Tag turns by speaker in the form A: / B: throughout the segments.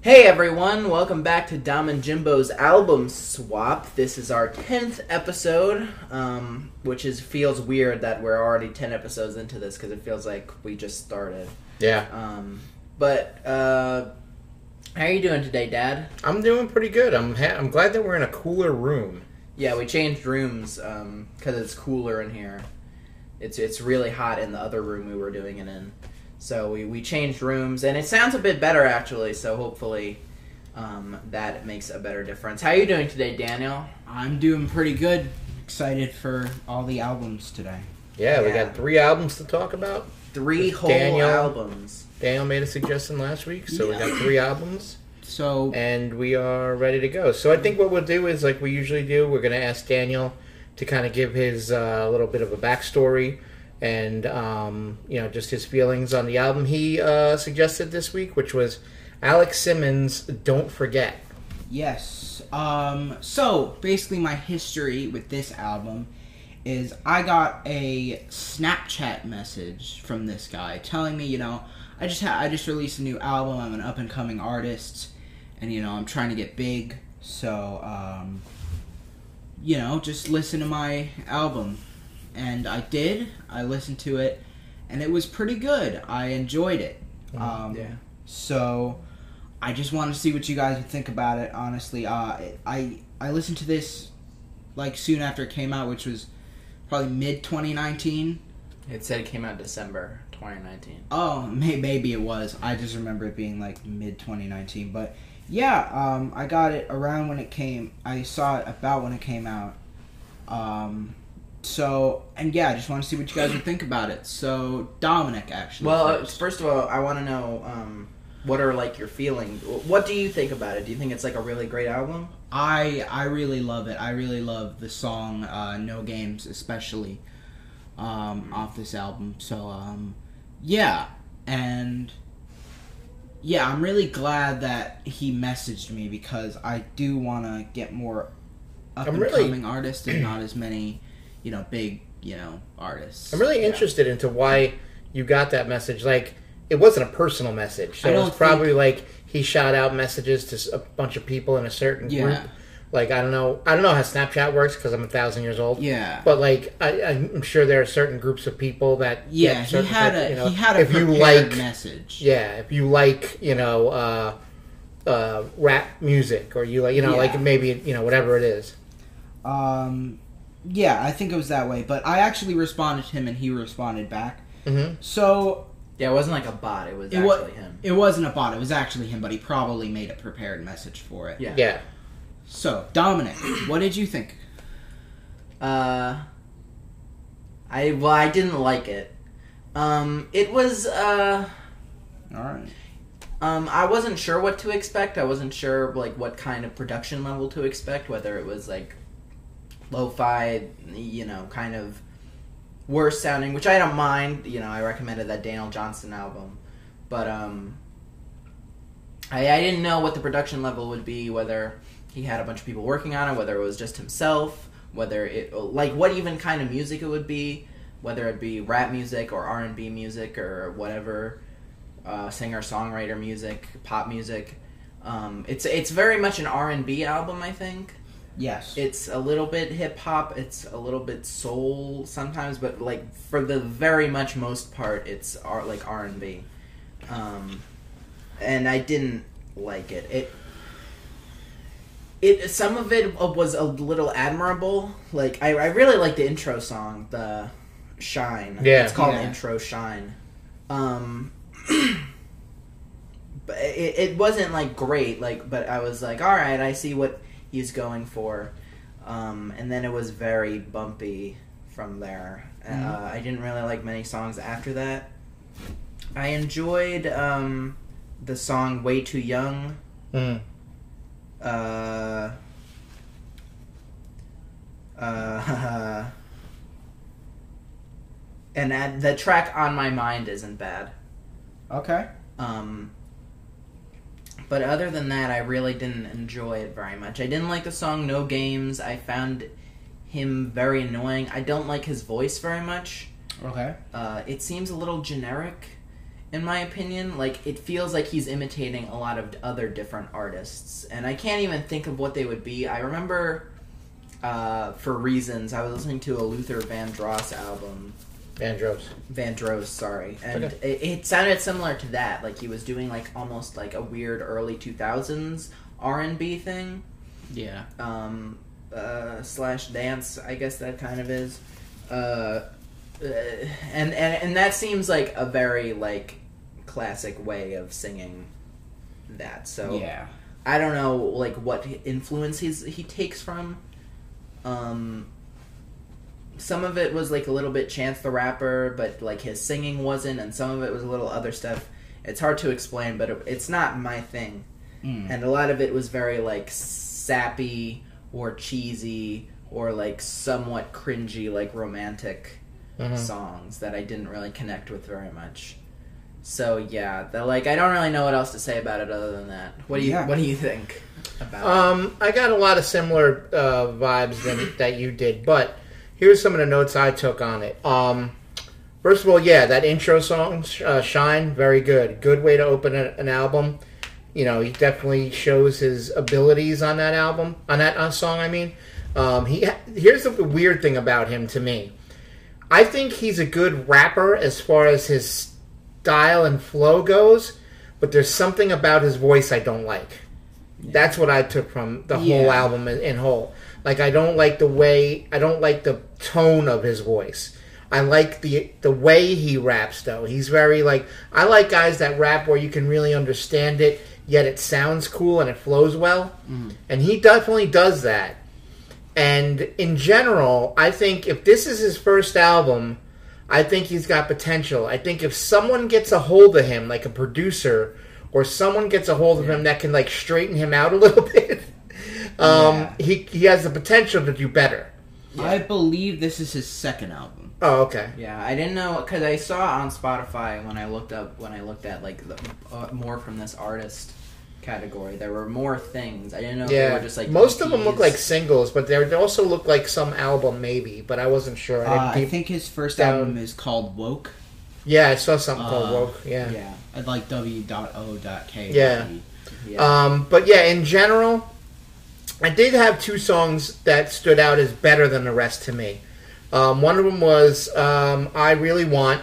A: Hey everyone, welcome back to Dom and Jimbo's album swap. This is our 10th episode, um, which is feels weird that we're already 10 episodes into this because it feels like we just started.
B: Yeah,
A: Um, but uh, how are you doing today, Dad?
B: I'm doing pretty good. I'm ha- I'm glad that we're in a cooler room.
A: Yeah, we changed rooms because it's cooler in here. It's it's really hot in the other room we were doing it in, so we we changed rooms and it sounds a bit better actually. So hopefully. Um, that makes a better difference. How are you doing today, Daniel?
C: I'm doing pretty good. Excited for uh, all the albums today.
B: Yeah, we
A: Yeah.
B: got three albums to talk about.
A: Three
B: With
A: whole
B: Daniel.
A: albums.
B: Daniel made a suggestion last week, so we got three albums,
C: So
B: and we are ready to go. So I think what we'll do is like we usually do. We're gonna ask Daniel to kind of give his uh, little bit of a backstory and um, you know just his feelings on the album he uh, suggested this week, which was Alex Simmons' "Don't Forget."
C: yes, um, so basically my history with this album is I got a Snapchat message from this guy telling me, you know, I just ha- I just released a new album. I'm an up and coming artist, and you know I'm trying to get big. So um, you know, just listen to my album, and I did. I listened to it, and it was pretty good. I enjoyed it. Um,
A: Mm-hmm. Mm, yeah.
C: So I just want to see what you guys would think about it. Honestly, uh, it- I I listened to this like soon after it came out, which was probably mid 2019.
A: It said it came out December 2019.
C: Oh, may, maybe it was. I just remember it being like mid 2019. But yeah, um, I got it around when it came. I saw it about when it came out. Um, so and yeah, I just want to see what you guys would think about it. So Dominic, actually.
A: Well, uh,
C: first.
A: first, of all, I want to know um, what are like your feelings. What do you think about it? Do you think it's like a really great album?
C: I I really love it. I really love the song uh, "No Games," especially
B: Mm-hmm.
C: um, off this album. So um, yeah, and yeah, I'm really glad that he messaged me because I do want to get more up
B: I'm
C: and
B: really-
C: coming artists and not as many, you know, big you know artists.
B: I'm really
C: Yeah.
B: interested into why you got that message. Like, it wasn't a personal message. So
C: I
B: it was
C: don't
B: probably like he shot out messages to s- a bunch of people in a certain
C: Yeah.
B: group. Like, I don't know. I don't know how Snapchat works because I'm a thousand years old.
C: Yeah.
B: But like, I, I'm sure there are certain groups of people that
C: Yeah,
B: get
C: he
B: certain
C: had
B: type-
C: a
B: you know,
C: he had a
B: if you
C: prepared
B: like
C: message.
B: yeah if you like you know uh, uh, rap music or you like you know like
C: Yeah.
B: maybe you know whatever it is
C: Um, yeah, I think it was that way. But I actually responded to him, and he responded back.
B: Mhm.
C: So
A: Yeah, it wasn't like a bot. It was
C: it was
A: actually him.
C: it wasn't a bot. It was actually him, but he probably made a prepared message for it.
A: Yeah.
B: yeah
C: So Dominic, what did you think?
A: Uh, I well, I didn't like it. Um, it was uh.
C: All right.
A: Um, I wasn't sure what to expect. I wasn't sure like what kind of production level to expect, whether it was like lo-fi, you know, kind of worse sounding, which I don't mind. You know, I recommended that Daniel Johnston album, but um, I, I didn't know what the production level would be. Whether he had a bunch of people working on it, whether it was just himself, whether it like what even kind of music it would be, whether it be rap music or R and B music or whatever uh, singer songwriter music, pop music. Um, it's it's very much an R and B album, I think.
C: Yes.
A: It's a little bit hip hop, it's a little bit soul sometimes, but like for the very much most part, it's R- like R and B. Um, and I didn't like it. It it some of it was a little admirable. Like I, I really like the intro song, the Shine.
B: Yeah.
A: it's called
C: Yeah.
A: Intro Shine. Um, but it, it wasn't like great. Like, but I was like, all right, I see what he's going for. Um, and then it was very bumpy from there. Uh, I didn't really like many songs after that. I enjoyed um, the song "Way Too Young."
B: Mm.
A: uh, uh, and that- the track on my mind isn't bad.
C: okay.
A: Um, but other than that, I really didn't enjoy it very much. I didn't like the song "No Games." I found him very annoying. I don't like his voice very much.
C: Okay.
A: Uh, it seems a little generic. in my opinion. Like it feels like he's imitating a lot of other different artists, and I can't even think of what they would be. I remember, uh, for reasons, I was listening to a Luther Vandross album.
B: Andros.
A: Vandross, sorry, and it, it sounded similar to that. Like he was doing like almost like a weird early two thousands R and B thing
C: Yeah.
A: um, uh, slash dance. I guess that kind of is, uh, uh, and and and that seems like a very like classic way of singing that. So
C: Yeah.
A: I don't know like what influence he's he takes from. Um, some of it was like a little bit Chance the Rapper, but like his singing wasn't, and some of it was a little other stuff. It's hard to explain, but it, it's not my thing
C: Mm.
A: and a lot of it was very like sappy or cheesy or like somewhat cringy like romantic
B: Mhm.
A: songs that i didn't really connect with very much so yeah the, like i don't really know what else to say about it other than that what do you
C: Yeah.
A: what do you think about it?
B: Um, I got a lot of similar uh, vibes than, that you did, but here's some of the notes I took on it. Um, first of all, yeah, that intro song, Sh- uh, "Shine," very good. Good way to open a, an album. You know, he definitely shows his abilities on that album, on that uh, song. I mean, um, he here's the weird thing about him to me. I think he's a good rapper as far as his style and flow goes, but there's something about his voice I don't like. That's what I took from the whole
C: Yeah.
B: album in, in whole. Like I don't like the way I don't like the tone of his voice. I like the the way he raps though. He's very like I like guys that rap where you can really understand it, yet it sounds cool and it flows well. And he definitely does that. And in general, I think if this is his first album, I think he's got potential. I think if someone gets a hold of him, like a producer, or someone gets a hold of him that can like straighten him out a little bit, um,
C: Yeah.
B: he he has the potential to do better.
C: I believe this is his second album.
B: Oh, okay.
A: yeah i didn't know because i saw on spotify when i looked up when i looked at like the uh, more from this artist category there were more things i didn't know if they
B: Yeah,
A: were just like
B: most of them look
A: EPs.
B: like singles, but they they also look like some album maybe. But I wasn't sure. I
C: Uh, I
B: didn't deep-
C: think his first
B: down-
C: album is called Woke.
B: yeah, I saw something called
C: Uh,
B: Woke. Yeah.
A: yeah
C: I'd like W.O.K.
B: Yeah.
A: yeah
B: Um, but yeah, in general, I did have two songs that stood out as better than the rest to me. Um, one of them was um, "I Really Want,"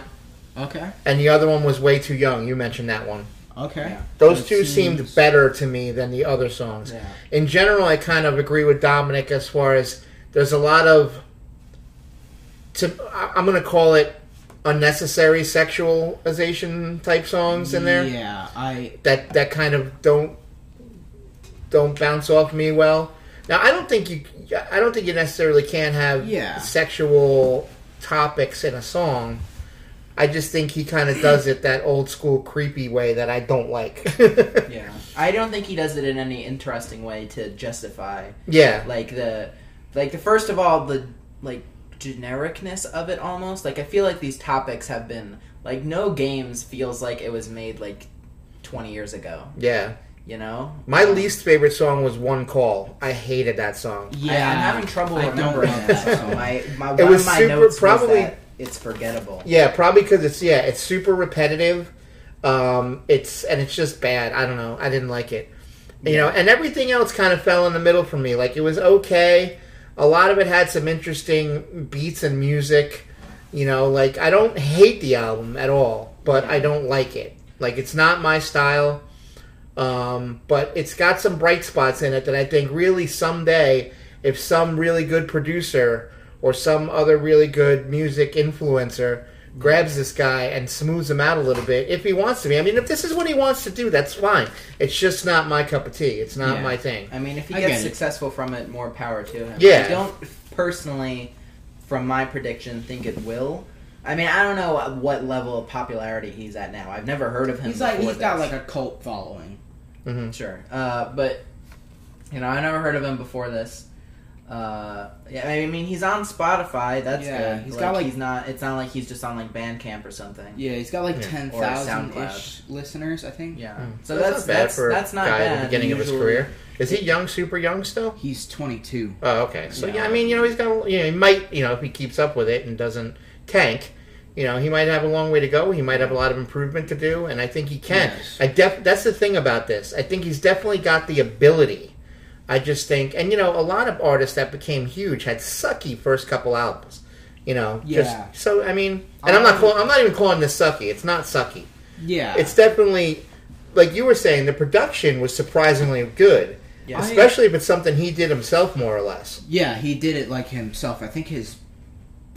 C: Okay.
B: and the other one was "Way Too Young." You mentioned that one.
C: Okay.
A: Yeah.
B: Those
C: That
B: two seemed
C: seems-
B: better to me than the other songs.
A: yeah
B: In general, I kind of agree with Dominic as far as there's a lot of to I- I'm going to call it unnecessary sexualization type songs in there
C: Yeah, I
B: that that kind of don't don't bounce off me well. Now I don't think you I don't think you necessarily can have
C: Yeah.
B: sexual topics in a song. I just think he kind of does it that old school creepy way that I don't like.
A: Yeah, I don't think he does it in any interesting way to justify
B: yeah.
A: like the like the first of all the like genericness of it almost. Like I feel like these topics have been like no games feels like it was made like twenty years ago.
B: Yeah.
A: You know,
B: My least favorite song was One Call. I hated that song.
A: I,
C: yeah.
A: I'm having trouble
C: I don't
A: remembering
C: like
A: that.
C: that
A: song.
C: song.
A: my my
B: It
A: one
B: was
A: of my
B: super-
A: notes
B: probably-
A: was that it's forgettable.
B: Yeah, probably because it's yeah, it's super repetitive. Um, it's and it's just bad. I don't know. I didn't like it. You know, and everything else kind of fell in the middle for me. Like it was okay. A lot of it had some interesting beats and music. You know, like I don't hate the album at all, but I don't like it. Like it's not my style. Um, but it's got some bright spots in it that I think really someday, if some really good producer or some other really good music influencer grabs this guy and smooths him out a little bit, if he wants to be, I mean, if this is what he wants to do, that's fine. It's just not my cup of tea. It's not
C: Yeah.
B: my thing.
A: I mean, if he
C: I
A: gets
C: get it.
A: successful from it, more power to him.
B: Yeah.
A: I don't personally, from my prediction, think it will. I mean, I don't know at what level of popularity he's at now. I've never heard of him.
C: He's like
A: before
C: he's got
A: this.
C: like a cult following.
B: hmm
A: sure, uh, but you know, I never heard of him before this. Uh, yeah, I mean, he's on Spotify. That's
C: Yeah,
A: good.
C: he's got, like-
A: he's not. It's not like he's just on like Bandcamp or something.
C: Yeah, he's got like
B: Yeah.
C: ten
A: Or
C: thousand ish
A: SoundCloud.
C: listeners, I think.
A: Yeah.
B: Mm.
A: So that's that's that's not,
B: a
A: bad.
B: guy at the beginning of his
A: Usually-
B: career. Is he young, super young still?
C: He's twenty two.
B: Oh, okay. So yeah,
A: Yeah.
B: I mean, you know, he's got, you know, he might, you know, if he keeps up with it and doesn't tank, You know, he might have a long way to go. He might have a lot of improvement to do, and I think he can.
C: Yes.
B: I def- that's the thing about this. I think he's definitely got the ability. I just think, and you know, a lot of artists that became huge had sucky first couple albums. You know,
C: Yeah.
B: Just, so I mean, and I'm not calling. I'm not even calling this sucky. It's not sucky.
C: Yeah.
B: It's definitely like you were saying. The production was surprisingly good,
A: Yeah.
B: especially if it's something he did himself, more or less.
C: yeah, he did it like himself. I think his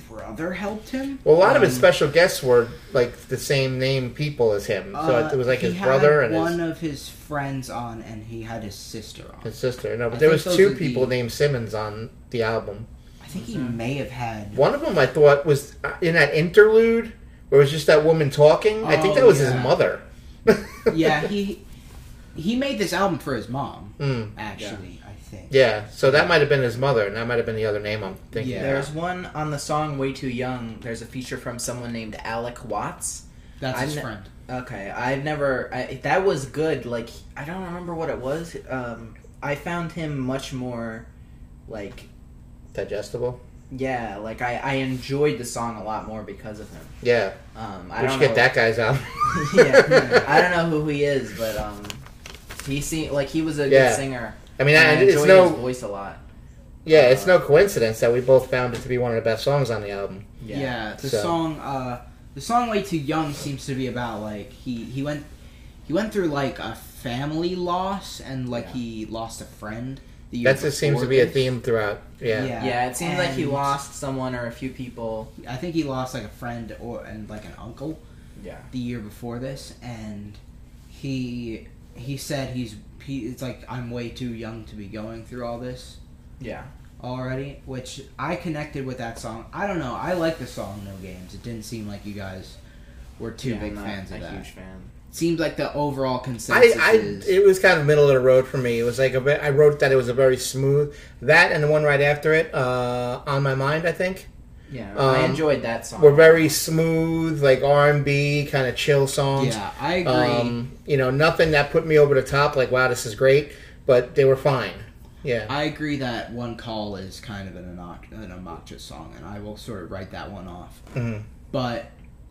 C: brother helped him.
B: Well, a lot of his
C: Um,
B: special guests were like the same name people as him, so
C: uh,
B: it was like
C: he
B: his
C: had
B: brother and
C: one
B: his,
C: of his friends on, and he had his sister on.
B: his sister. No, but
C: I
B: there was
C: think those
B: two
C: are the-
B: people named Simmons on the album.
C: I think he
A: Mm-hmm.
C: may have had.
B: One of them I thought was uh, in that interlude where it was just that woman talking. I think
C: Oh,
B: that was
C: yeah.
B: his mother.
C: yeah, he he made this album for his mom.
B: Mm.
C: Actually, I think.
B: Yeah, so that might have been his mother, and that might have been the other name I'm thinking.
C: Yeah.
A: There's one on the song "Way Too Young." There's a feature from someone named Alec Watts.
C: that's his
A: I'm-
C: friend.
A: Okay, I've never. I, that was good. Like I don't remember what it was. Um, I found him much more, like
B: Digestible.
A: yeah, like I, I enjoyed the song a lot more because of him.
B: Yeah,
A: Um, I
B: we
A: don't
B: should get
A: know,
B: that guy's album.
A: yeah, I don't know who he is, but um, he seemed like he was a
B: Yeah.
A: good singer.
B: I mean,
A: and
B: I,
A: I
B: it's
A: enjoyed
B: no
A: his voice a lot.
B: Yeah, it's
C: uh,
B: no coincidence that we both found it to be one of the best songs on the album.
C: Yeah,
A: Yeah,
C: the
B: So-
C: song uh the song "Way Too Young" seems to be about like he he went he went through like a family loss and like
A: Yeah.
C: he lost a friend. The year
B: That just seems
C: before
B: to be a
C: this.
B: theme throughout. Yeah.
A: yeah. it seems like he
C: and
A: lost someone or a few people.
C: I think he lost like a friend or and like an uncle.
A: Yeah,
C: the year before this, and he he said he's he, it's like I'm way too young to be going through all this
A: yeah,
C: already, which I connected with that song. I don't know. I like the song No Games. It didn't seem like you guys were too
A: yeah,
C: big
A: I'm not
C: fans of
A: a
C: that.
A: Huge fan.
C: Seemed like the overall consensus
B: I, I
C: is
B: it was kind of middle of the road for me. It was like a bit, I wrote that it was a very smooth that and the one right after it, uh, on my mind. I think
A: Yeah, I
B: Um,
A: enjoyed that song.
B: were very smooth, like R and B kind of chill songs.
C: yeah, I agree.
B: Um, you know, nothing that put me over the top. Like wow, this is great, but they were fine. Yeah,
C: I agree that one call is kind of an, obnox- an obnoxious song, and I will sort of write that one off.
B: Mhm.
C: But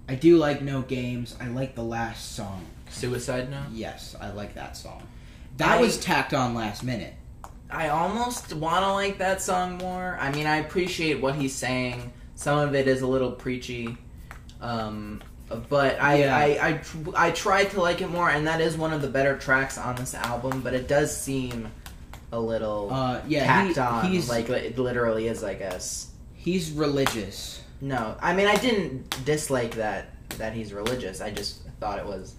C: I do like No Games. I like the last song.
A: Suicide Note.
C: Yes, I like that song. That
A: I-
C: was tacked on last minute.
A: I almost want to like that song more. I mean, I appreciate what he's saying. Some of it is a little preachy, um, but I,
C: Yeah.
A: I, I, tr- I tried to like it more, and that is one of the better tracks on this album. But it does seem a little
C: Uh, yeah,
A: tacked
C: he,
A: on.
C: he's
A: Like it literally is, I guess.
C: he's religious.
A: No, I mean, I didn't dislike that that he's religious. I just thought it was,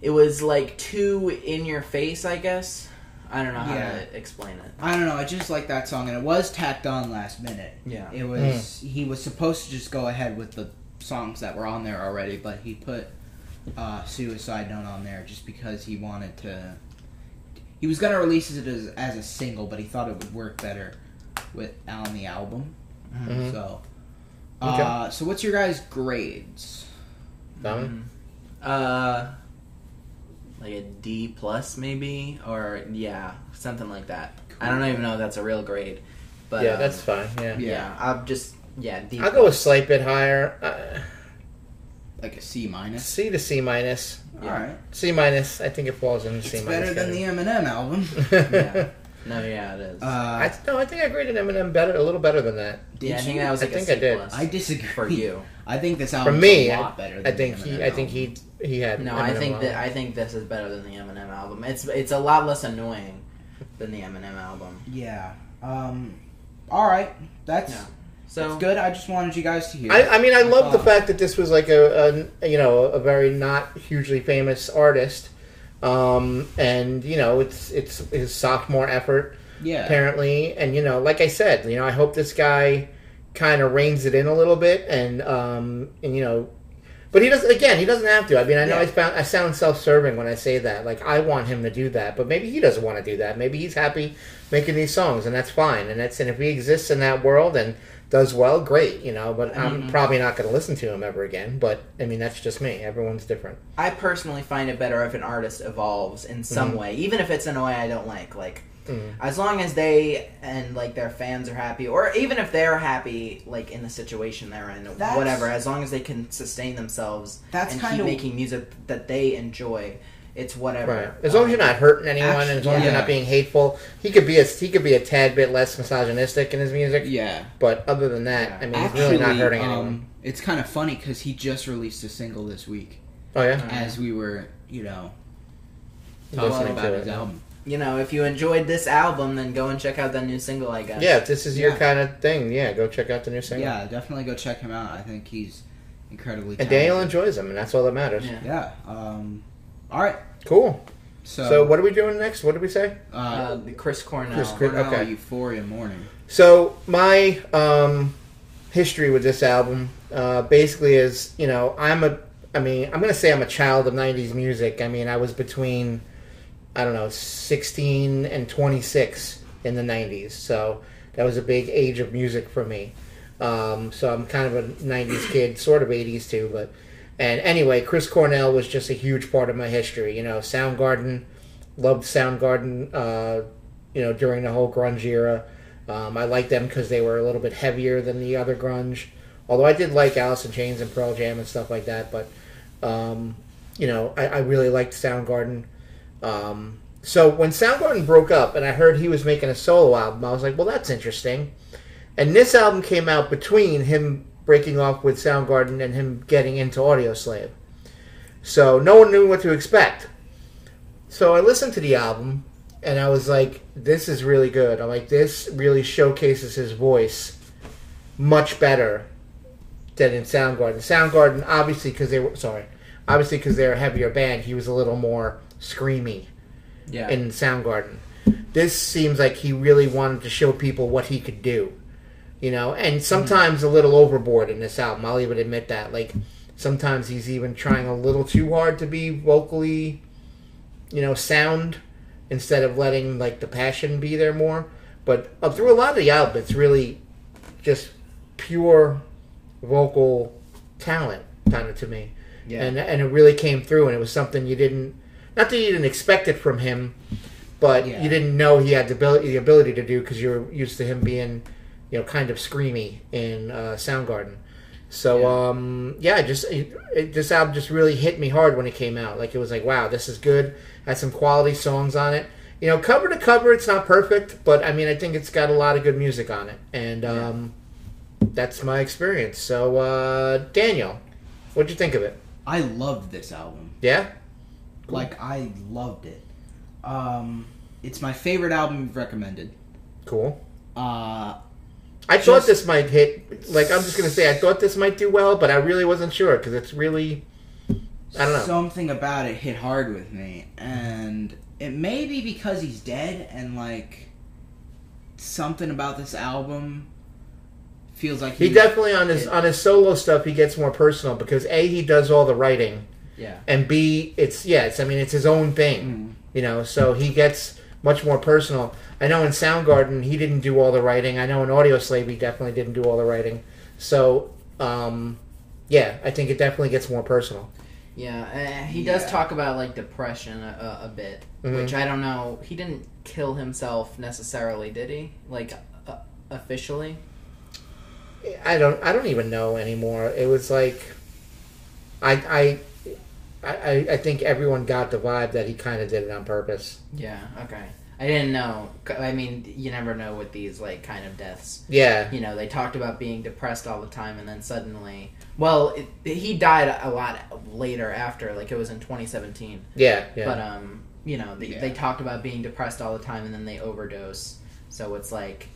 A: it was like too in your face. I guess. I don't know how
C: Yeah.
A: to explain it.
C: I don't know. I just like that song, and it was tacked on last minute.
A: Yeah.
C: It
A: Hmm.
C: was he was supposed to just go ahead with the songs that were on there already, but he put uh, "Suicide Note" on there just because he wanted to. He was gonna release it as, as a single, but he thought it would work better with on the album.
A: Mm-hmm.
B: Mhm.
C: So, uh, so what's your guys' grades?
B: Dominic?
A: Uh, like a D plus maybe, or yeah, something like that. I don't even know if that's a real grade, but
B: yeah,
A: um,
B: that's fine. Yeah,
A: yeah. I'll just yeah D.
B: I'll go a slight bit higher. Uh,
C: like a C minus.
B: C to C minus.
A: Yeah.
C: All right,
B: C minus. I think it falls in the
C: it's
B: C minus.
C: better than the Eminem album.
A: Yeah. no, yeah, it is.
C: Uh,
B: I, no, I think I graded Eminem better, a little better than that.
C: did
A: yeah, I think
C: you?
A: that was
B: I
A: like a
B: think
A: C
B: I did.
A: plus
C: I disagree.
A: for you.
C: I think this
B: For
C: album
B: me,
C: a lot
B: I,
C: better. Than
B: I think
C: the
B: he,
C: Eminem
B: I think
C: album.
B: he, he had.
A: No, I
B: Eminem
A: think
B: on.
A: that I think this is better than the Eminem album. It's it's a lot less annoying than the Eminem album.
C: Yeah. Um. All right. That's
A: Yeah.
C: that's
A: So
C: good. I just wanted you guys to hear.
B: I, I mean, I love the
C: Uh,
B: fact that this was like a, a you know a very not hugely famous artist, um, and you know it's it's his sophomore effort
C: yeah.
B: apparently, and you know like I said, you know I hope this guy kind of reins it in a little bit, and um, and you know, but he doesn't. Again, he doesn't have to. I mean, I know
C: Yeah.
B: I found I sound self serving when I say that. Like I want him to do that, but maybe he doesn't want to do that. Maybe he's happy making these songs, and that's fine. And that's and if he exists in that world and does well, great, you know. But
C: Mm-hmm.
B: I'm probably not going to listen to him ever again. But I mean, that's just me. Everyone's different.
A: I personally find it better if an artist evolves in
B: Mm-hmm.
A: some way, even if it's in a way I don't like. Like,
B: Mhm.
A: as long as they and like their fans are happy, or even if they're happy, like in the situation they're in,
C: That's-
A: whatever. As long as they can sustain themselves
C: That's
A: and
C: kinda-
A: keep making music that they enjoy, it's whatever.
B: Right. As long as you're not hurting anyone, and as long as you're
C: Yeah.
B: not being hateful, he could be a he could be a tad bit less misogynistic in his music.
C: Yeah.
B: But other than that, I mean, he's
C: Actually,
B: really not hurting
C: um,
B: anyone.
C: it's kind of funny because he just released a single this week
B: Oh yeah,
A: Uh,
C: as we were, you know,
A: Well,
C: talking
B: Listening
C: about
B: to
C: his
B: it.
C: album.
A: you know, if you enjoyed this album, then go and check out that new single. I guess.
B: Yeah, if this is your
C: Yeah.
B: kind of thing, yeah, go check out the new single.
C: Yeah, definitely go check him out. I think he's incredibly.
B: And Daniel
C: talented.
B: enjoys them, and that's all that matters.
A: Yeah.
C: Yeah. Um. All right.
B: Cool.
C: So.
B: so what are we doing next? What did we say?
C: Uh,
A: Uh, the Chris Cornell.
B: Chris Cor-
C: Cornell,
B: okay.
C: Euphoria Morning.
B: So my um, history with this album uh, basically is, you know, I'm a, I mean, I'm gonna say I'm a child of '90s music. I mean, I was between, I don't know, 16 and 26 in the '90s. So that was a big age of music for me. Um, so I'm kind of a '90s kid, sort of '80s too. But and anyway, Chris Cornell was just a huge part of my history. You know, Soundgarden, loved Soundgarden. Uh, you know, during the whole grunge era. Um, I liked them because they were a little bit heavier than the other grunge. Although I did like Alice in Chains and Pearl Jam and stuff like that, but um, you know, I, I really liked Soundgarden. Um, so when Soundgarden broke up, and I heard he was making a solo album, I was like, "Well, that's interesting." And this album came out between him breaking off with Soundgarden and him getting into Audio Slave. So no one knew what to expect. So I listened to the album and I was like, this is really good. I'm like, this really showcases his voice much better than in Soundgarden. Soundgarden, obviously, because they were, sorry, obviously, because they're a heavier band, he was a little more screamy
A: Yeah.
B: in Soundgarden. This seems like he really wanted to show people what he could do, you know. And sometimes a little overboard in this album. I'll even admit that. Like sometimes he's even trying a little too hard to be vocally, you know, sound instead of letting like the passion be there more. But uh, through a lot of the album, it's really just pure vocal talent, kind of to me
A: yeah.
B: and and it really came through and it was something you didn't not that you didn't expect it from him but
C: Yeah.
B: you didn't know he had the ability, the ability to do because you were used to him being you know kind of screamy in uh, soundgarden so
A: Yeah.
B: um yeah just it, it, this album just really hit me hard when it came out like it was like wow this is good had some quality songs on it you know cover to cover it's not perfect but i mean i think it's got a lot of good music on it and
A: Yeah.
B: um that's my experience so uh daniel what'd you think of it
C: I loved this album.
B: yeah
C: Like I loved it. Um, it's my favorite album you've recommended.
B: Cool.
C: Uh,
B: I
C: Just-
B: thought this might hit. Like I'm just gonna say, I thought this might do well, but I really wasn't sure because it's really. I don't know.
C: Something about it hit hard with me, and it may be because he's dead, and like something about this album feels like
B: He definitely on his on his solo stuff he gets more personal because a he does all the writing
A: yeah.
B: and b it's yeah it's I mean it's his own thing
C: Mm,
B: you know so he gets much more personal. I know in Soundgarden he didn't do all the writing. I know in Audio Slave he definitely didn't do all the writing. So um, yeah, I think it definitely gets more personal.
A: Yeah, uh, he does
C: Yeah.
A: talk about like depression a, a, a bit,
B: Mhm.
A: which I don't know. He didn't kill himself necessarily, did he? Like uh, officially?
B: I don't I don't even know anymore. It was like I I I, I- I think everyone got the vibe that he kind of did it on purpose.
A: Yeah. Okay. I didn't know. C- I mean, you never know with these like kind of deaths.
B: Yeah,
A: You know, they talked about being depressed all the time, and then suddenly, well, it, he died a lot later after. Like it was in 2017.
B: yeah, yeah.
A: But um, you know, they,
C: Yeah.
A: they talked about being depressed all the time, and then they overdose. So it's like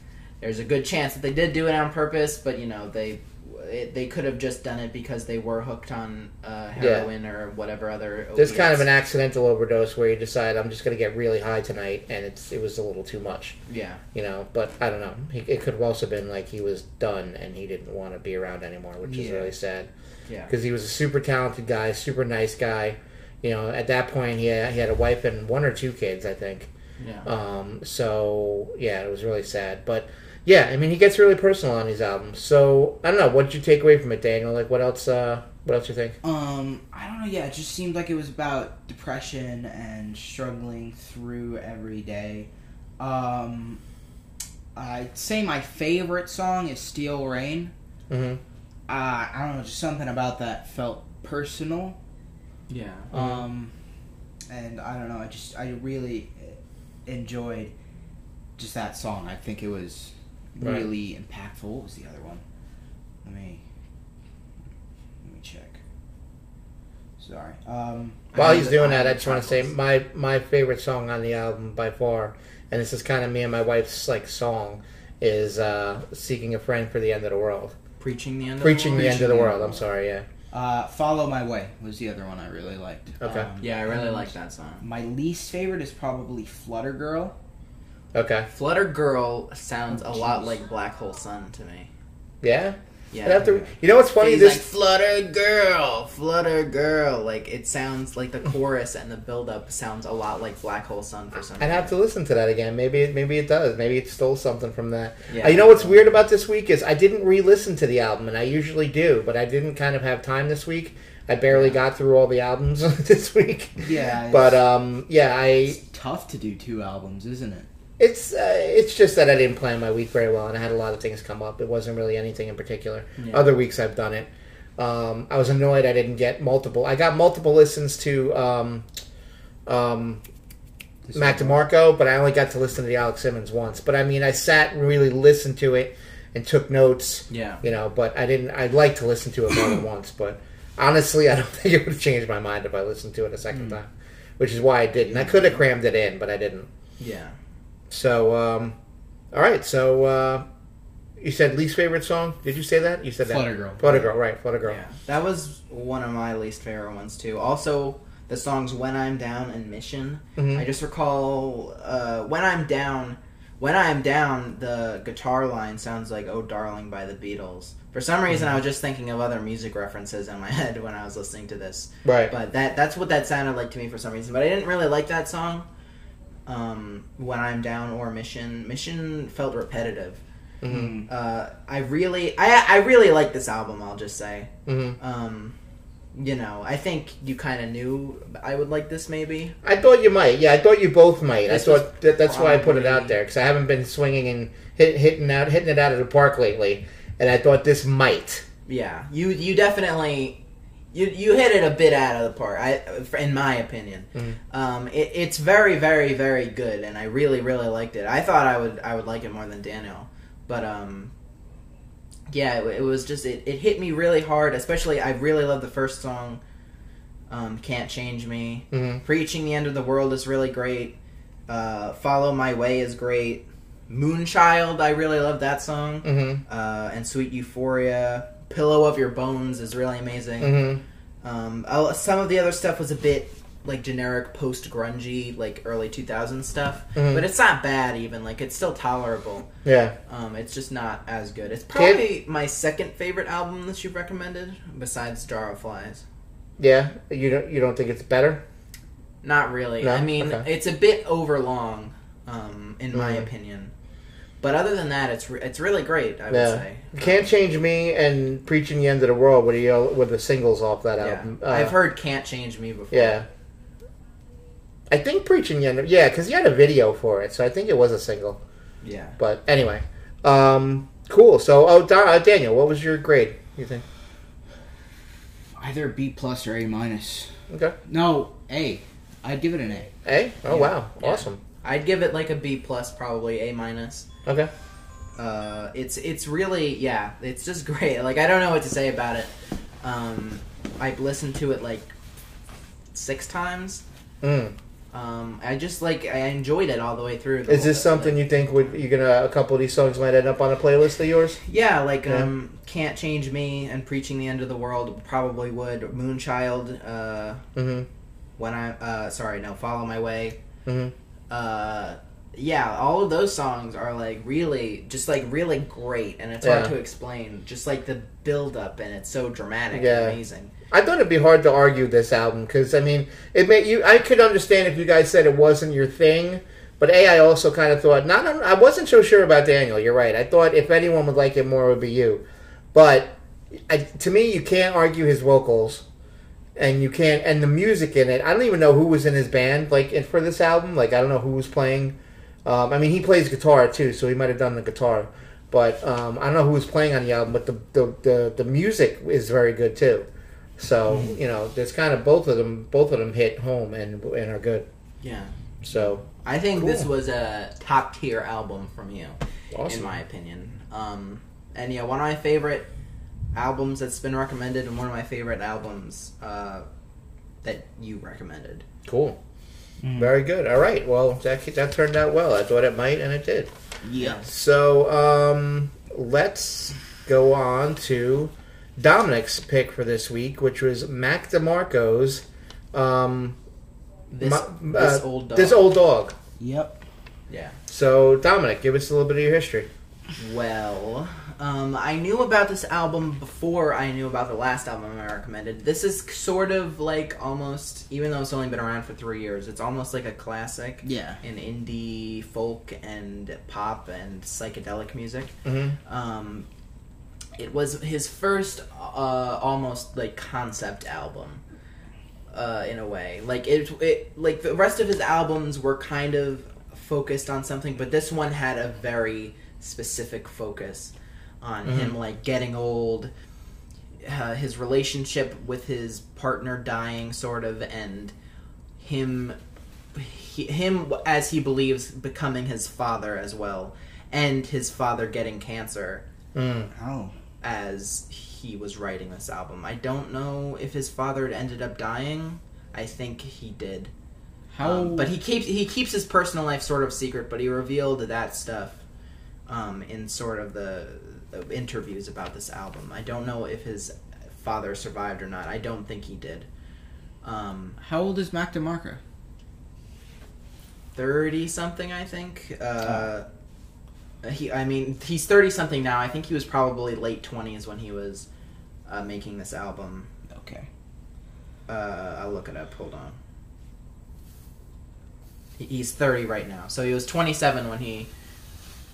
A: there's a good chance that they did do it on purpose, but you know they it, they could have just done it because they were hooked on uh, heroin or whatever other.
B: There's
A: opiates.
B: kind of an accidental overdose where you decide I'm just gonna get really high tonight, and it's it was a little too much,
A: yeah,
B: you know. But I don't know. He, it could have also been like he was done and he didn't want to be around anymore, which is
C: Yeah.
B: really sad.
A: yeah,
B: because he was a super talented guy, super nice guy. You know, at that point he had, he had a wife and one or two kids, I think.
A: yeah.
B: Um, so yeah, it was really sad. But Yeah, I mean he gets really personal on his albums. So I don't know. What did you take away from it, Daniel? Like what else? Uh, what else you think?
C: Um, I don't know. Yeah, it just seemed like it was about depression and struggling through every day. Um, I'd say my favorite song is "Steel Rain."
B: hmm
C: Uh, I don't know, just something about that felt personal.
A: Yeah.
B: Mm-hmm.
C: Um, and I don't know. I just I really enjoyed just that song. I think it was
B: Right.
C: really impactful. What was the other one? Let me let me check. Sorry. Um,
A: Mm-hmm.
C: I
B: While
C: know
B: he's doing that,
C: I'm
B: I just want to say
C: reckless.
B: my my favorite song on the album by far, and this is kind of me and my wife's like song, is uh, "Seeking a Friend for the End of the World."
A: Preaching the end.
B: Preaching
A: of
B: the end of the
C: Preaching the
B: world.
C: End.
B: I'm sorry. Yeah.
C: uh, "Follow My Way" was the other one I really liked. Um,
B: Okay.
A: the world. Yeah, I really
C: and
A: like that song.
C: My least favorite is probably "Flutter Girl."
B: Okay.
A: Flutter Girl sounds a lot
C: Jeez.
A: like Black Hole Sun to me.
B: Yeah.
A: Yeah.
B: I'd have to. You know what's funny?
A: He's
B: this
A: like flutter girl, flutter girl. Like it sounds like the chorus and the build up sounds a lot like Black Hole Sun for some.
B: I'd have to
A: reason.
B: listen to that again. Maybe it, maybe it does. Maybe it stole something from that.
A: Yeah.
B: Uh, you know what's weird about this week is I didn't re-listen to the album, and I usually do, but I didn't kind of have time this week. I barely got through all the albums this week.
C: Yeah,
B: But
C: it's-
B: um, yeah, I
C: It's tough to do two albums, isn't it?
B: it's uh, it's just that I didn't plan my week very well, and I had a lot of things come up. It wasn't really anything in particular.
A: Yeah.
B: Other weeks I've done it. Um, I was annoyed I didn't get multiple. I got multiple listens to um, um,
C: This
B: Mac
C: one.
B: DeMarco, but I only got to listen to the Alex Simmons once. But I mean, I sat and really listened to it and took notes,
A: Yeah.
B: you know. But I didn't. I'd like to listen to it more than once, but honestly, I don't think it would have changed my mind if I listened to it a second
A: Hmm.
B: time, which is why I didn't. I could have crammed it in, but I didn't.
A: Yeah.
B: So, um, all right. So uh, you said least favorite song? Did you say that? You said that.
C: Flutter Girl.
B: Flutter Girl. Right. Flutter Girl.
A: Yeah. That was one of my least favorite ones too. Also, the songs "When I'm Down" and "Mission."
B: Mhm.
A: I just recall uh, "When I'm Down." When I'm down, the guitar line sounds like "Oh Darling" by the Beatles. For some reason,
B: Mm-hmm.
A: I was just thinking of other music references in my head when I was listening to this.
B: Right.
A: But that that's what that sounded like to me for some reason. But I didn't really like that song. Um, when I'm down or mission, mission felt repetitive.
B: Mm-hmm.
C: Mm.
A: Uh, I really, I I really like this album. I'll just say,
B: hmm
A: um, you know, I think you kind of knew I would like this. Maybe
B: I thought you might. Yeah, I thought you both might.
A: This
B: I thought that, that's why I put it
A: probably-
B: out there because I haven't been swinging and hit, hitting out, hitting it out of the park lately, and I thought this might.
A: yeah. You you definitely you you hit it a bit out of the park. I in my opinion,
B: Mhm.
A: um, it, it's very very very good, and I really really liked it. I thought I would I would like it more than Daniel, but um. Yeah, it, it was just it, it hit me really hard. Especially, I really love the first song, um, "Can't Change Me."
B: Mm-hmm.
A: Preaching the End of the World is really great. Uh, Follow My Way is great. Moonchild, I really love that song.
B: Mm-hmm.
A: Uh, and Sweet Euphoria. Pillow of Your Bones is really amazing.
B: Mm-hmm.
A: Um, i some of the other stuff was a bit like generic post grungy, like early 2000s stuff.
B: Mhm.
A: But it's not bad even. Like it's still tolerable.
B: Yeah.
A: Um, it's just not as good. It's probably my second favorite album that you've recommended, besides Jar of Flies.
B: Yeah. You don't. You don't think it's better?
A: Not really.
B: No?
A: I mean,
B: Okay.
A: it's a bit overlong, um, in my
B: Mm.
A: opinion. But other than that, it's re- it's really great. I would
B: Yeah.
A: say.
B: Can't change me and preaching the end of the world. What are you? What are the singles off that
A: Yeah,
B: album? Uh,
A: I've heard "Can't Change Me" before.
B: Yeah. I think preaching the end. Of, yeah, because you had a video for it, so I think it was a single.
A: yeah.
B: But anyway, um, cool. So, oh, Da- uh, Daniel, what was your grade? You think?
C: Either B plus or A minus.
B: Okay.
C: No, A. I'd give it an A.
B: Hey. Oh
A: Yeah.
B: wow.
A: Yeah.
B: Awesome.
A: I'd give it like a B plus, probably A minus.
B: Okay.
A: Uh, it's it's really yeah, it's just great. Like I don't know what to say about it. Um, I've listened to it like six times.
B: Mm.
A: Um, I just like I enjoyed it all the way through. the
B: Is
A: whole-
B: this something you think would you're gonna a couple of these songs might end up on a playlist of yours?
A: Yeah, like
B: Yeah.
A: um, can't change me and preaching the end of the world probably would. Moonchild, uh,
B: Mm-hmm.
A: when I uh, sorry, no, follow my way.
B: Mm-hmm.
A: Uh, yeah, all of those songs are like really just like really great, and it's
B: Yeah.
A: hard to explain. Just like the build up, and it's so dramatic,
B: Yeah.
A: and amazing.
B: I thought it'd be hard to argue this album because I mean, it may you. I could understand if you guys said it wasn't your thing, but But A, I also kind of thought, not, I wasn't so sure about Daniel. You're right. I thought if anyone would like it more, it would be you. But I, to me, you can't argue his vocals, and you can't, and the music in it. I don't even know who was in his band, like and for this album. Like I don't know who was playing. Um, I mean, he plays guitar too, so he might have done the guitar. But um, I don't know who was playing on the album. But the the, the, the music is very good too. So you know, there's kind of both of them. Both of them hit home and and are good.
A: Yeah.
B: So
A: I think this
B: Cool.
A: was a top tier album from you,
B: Awesome.
A: in my opinion. Um, and yeah, one of my favorite albums that's been recommended, and one of my favorite albums uh, that you recommended.
B: cool.
C: Mm.
B: Very good. All right. Well, that that turned out well. I thought it might, and it did.
C: Yeah.
B: So um, let's go on to Dominic's pick for this week, which was Mac DeMarco's um,
A: This,
B: my-
A: this
B: uh,
A: old dog.
B: This old dog.
C: Yep.
A: yeah.
B: So Dominic, give us a little bit of your history.
A: Well, um, I knew about this album before I knew about the last album I recommended. This is sort of like almost, even though it's only been around for three years, it's almost like a classic
C: Yeah.
A: in indie folk and pop and psychedelic music.
B: Mm-hmm.
A: Um, it was his first uh, almost like concept album uh, in a way. Like it, it, like the rest of his albums were kind of focused on something, but this one had a very specific focus on him, like getting old, uh, his relationship with his partner dying, sort of, and him, he, him as he believes becoming his father as well, and his father getting cancer
B: Mm.
C: Oh.
A: as he was writing this album. I don't know if his father had ended up dying. I think he did.
C: How?
A: Um, but he keeps he keeps his personal life sort of secret, but he revealed that stuff um, in sort of the, the interviews about this album. I don't know if his father survived or not. I don't think he did. Um,
C: How old is Mac DeMarco?
A: thirty something, I think. Uh, He, I mean, he's thirty something now. I think he was probably late twenties when he was uh, making this album.
C: Okay.
A: Uh, I'll look it up. Hold on. He- He's 30 right now, so he was 27 when he,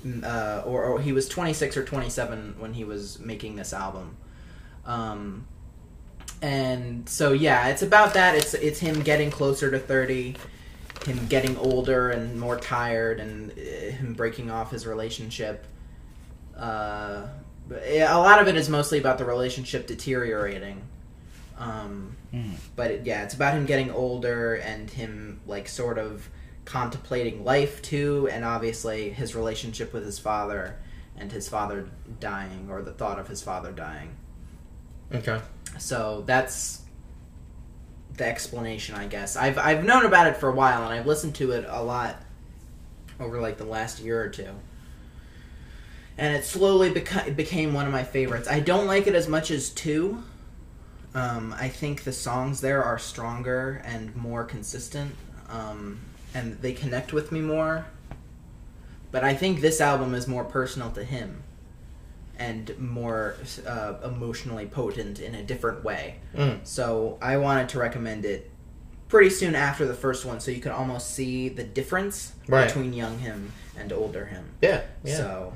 A: mm, uh, or, or he was 26 or 27 when he was making this album. Um, and so yeah, it's about that. It's it's him getting closer to 30, him getting older and more tired, and uh, him breaking off his relationship. Uh, but, yeah, a lot of it is mostly about the relationship deteriorating. Um,
C: Mm.
A: but it, yeah, it's about him getting older and him like sort of contemplating life too, and obviously his relationship with his father and his father dying or the thought of his father dying.
B: Okay.
A: So that's the explanation, I guess. I've I've known about it for a while and I've listened to it a lot over like the last year or two. And it slowly beca- became one of my favorites. I don't like it as much as 2. Um, I think the songs there are stronger and more consistent, um, and they connect with me more. But I think this album is more personal to him and more uh, emotionally potent in a different way.
B: Mm.
A: So I wanted to recommend it pretty soon after the first one, so you can almost see the difference
B: Right.
A: between young him and older him.
B: Yeah. Yeah.
A: So,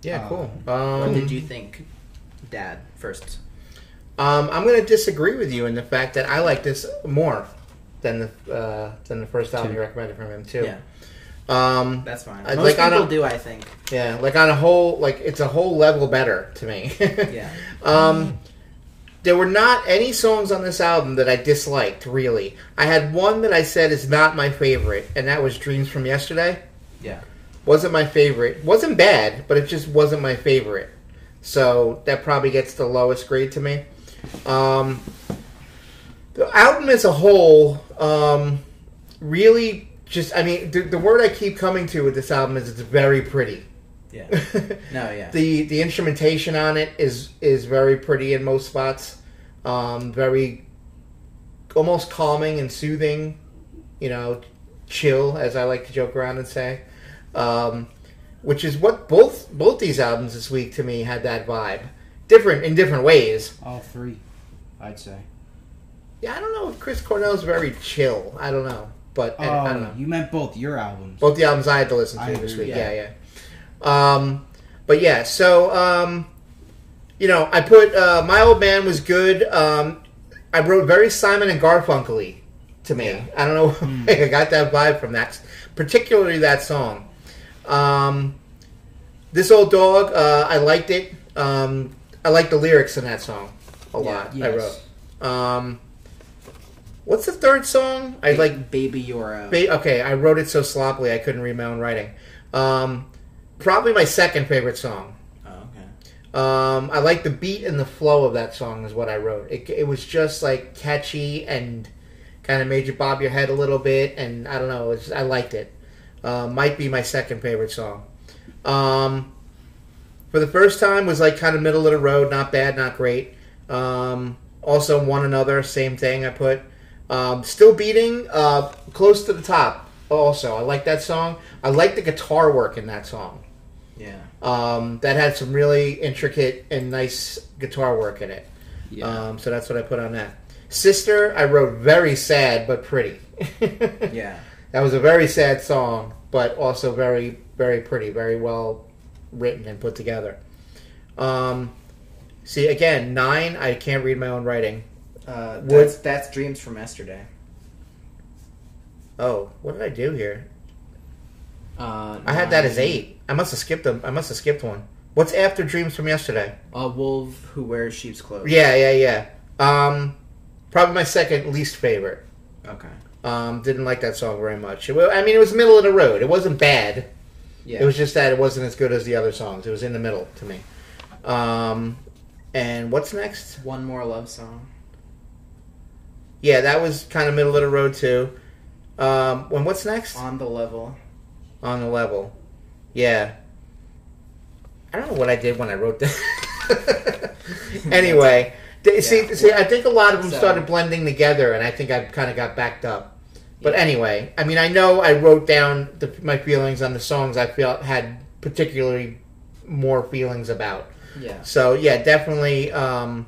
B: yeah. Cool. Um,
A: what did you think, Dad? First,
B: Um, I'm going to disagree with you in the fact that I like this more than the uh, than the first album you recommended from him too.
A: yeah,
B: Um,
A: that's fine.
B: I'd
A: Most
B: like- I
A: people
B: don't-
A: do, I think.
B: yeah. Like on a whole, like it's a whole level better to me.
A: Yeah,
B: Um, there were not any songs on this album that I disliked, really. I had one that I said is not my favorite, and that was Dreams from Yesterday.
A: yeah,
B: Wasn't my favorite. Wasn't bad, but it just wasn't my favorite. So that probably gets the lowest grade to me. Um, the album as a whole, um, really just, I mean, the, the word I keep coming to with this album is it's very pretty.
A: yeah. No, yeah,
B: the the instrumentation on it is is very pretty in most spots um very almost calming and soothing you know chill as i like to joke around and say um which is what both both these albums this week to me had that vibe different in different ways
C: All three, I'd say.
B: yeah i don't know if chris cornell's very chill i don't know But and, I don't know.
C: Oh, you meant both your albums.
B: Both the albums I had to listen to
C: I
B: this
C: agree,
B: week. Yeah,
A: yeah.
B: yeah. Um, but yeah, so um, you know, I put uh, my old man was good. Um, I wrote very Simon and Garfunkel-y to me. I don't know.
C: Hmm.
B: why I got that vibe from that, particularly that song. Um, this old dog, uh, I liked it. Um, I like the lyrics in that song a lot. I
C: yes.
B: wrote. Um, what's the third song? I like
A: Baby Euro.
B: Ba- okay, I wrote it so sloppily I couldn't read my own writing. Um, probably my second favorite song.
A: oh, okay.
B: Um, I like the beat and the flow of that song is what I wrote. It, it was just like catchy and kind of made you bob your head a little bit, and I don't know, it's, I liked it. Uh, might be my second favorite song. Um, for the first time was like kind of middle of the road, not bad, not great. Um, also one another, same thing I put. Um, still beating, uh, close to the top. Also, I like that song. I like the guitar work in that song
A: Yeah.
B: um, that had some really intricate and nice guitar work in it.
C: Yeah.
B: Um, so that's what I put on that. Sister, I wrote very sad but pretty.
A: Yeah.
B: That was a very sad song, but also very, very pretty, very well written and put together. Um, see, again, nine, I can't read my own writing.
A: Uh,
B: Would-
A: that's, that's Dreams from Yesterday.
B: Oh, what did I do here?
A: Uh,
B: I had that as
A: nine,
B: eight. I must have skipped them. I must have skipped one. What's after Dreams from Yesterday?
A: A wolf who wears sheep's clothes.
B: Yeah, yeah, yeah. Um, probably my second least favorite.
A: Okay.
B: Um, didn't like that song very much. It, wa- I mean, it was middle of the road. It wasn't bad.
A: Yeah.
B: It was just that it wasn't as good as the other songs. It was in the middle to me. Um, and what's next?
A: one more love song.
B: Yeah, that was kind of middle of the road too. Um, when what's next
A: On the level.
B: on the level? Yeah, I don't know what I did when I wrote that. anyway, they, see,
A: Yeah.
B: see, I think a lot of them
A: So-
B: started blending together, and I think I kind of got backed up. But anyway, I mean, I know I wrote down the, my feelings on the songs I felt had particularly more feelings about.
A: Yeah.
B: So yeah, definitely. Um,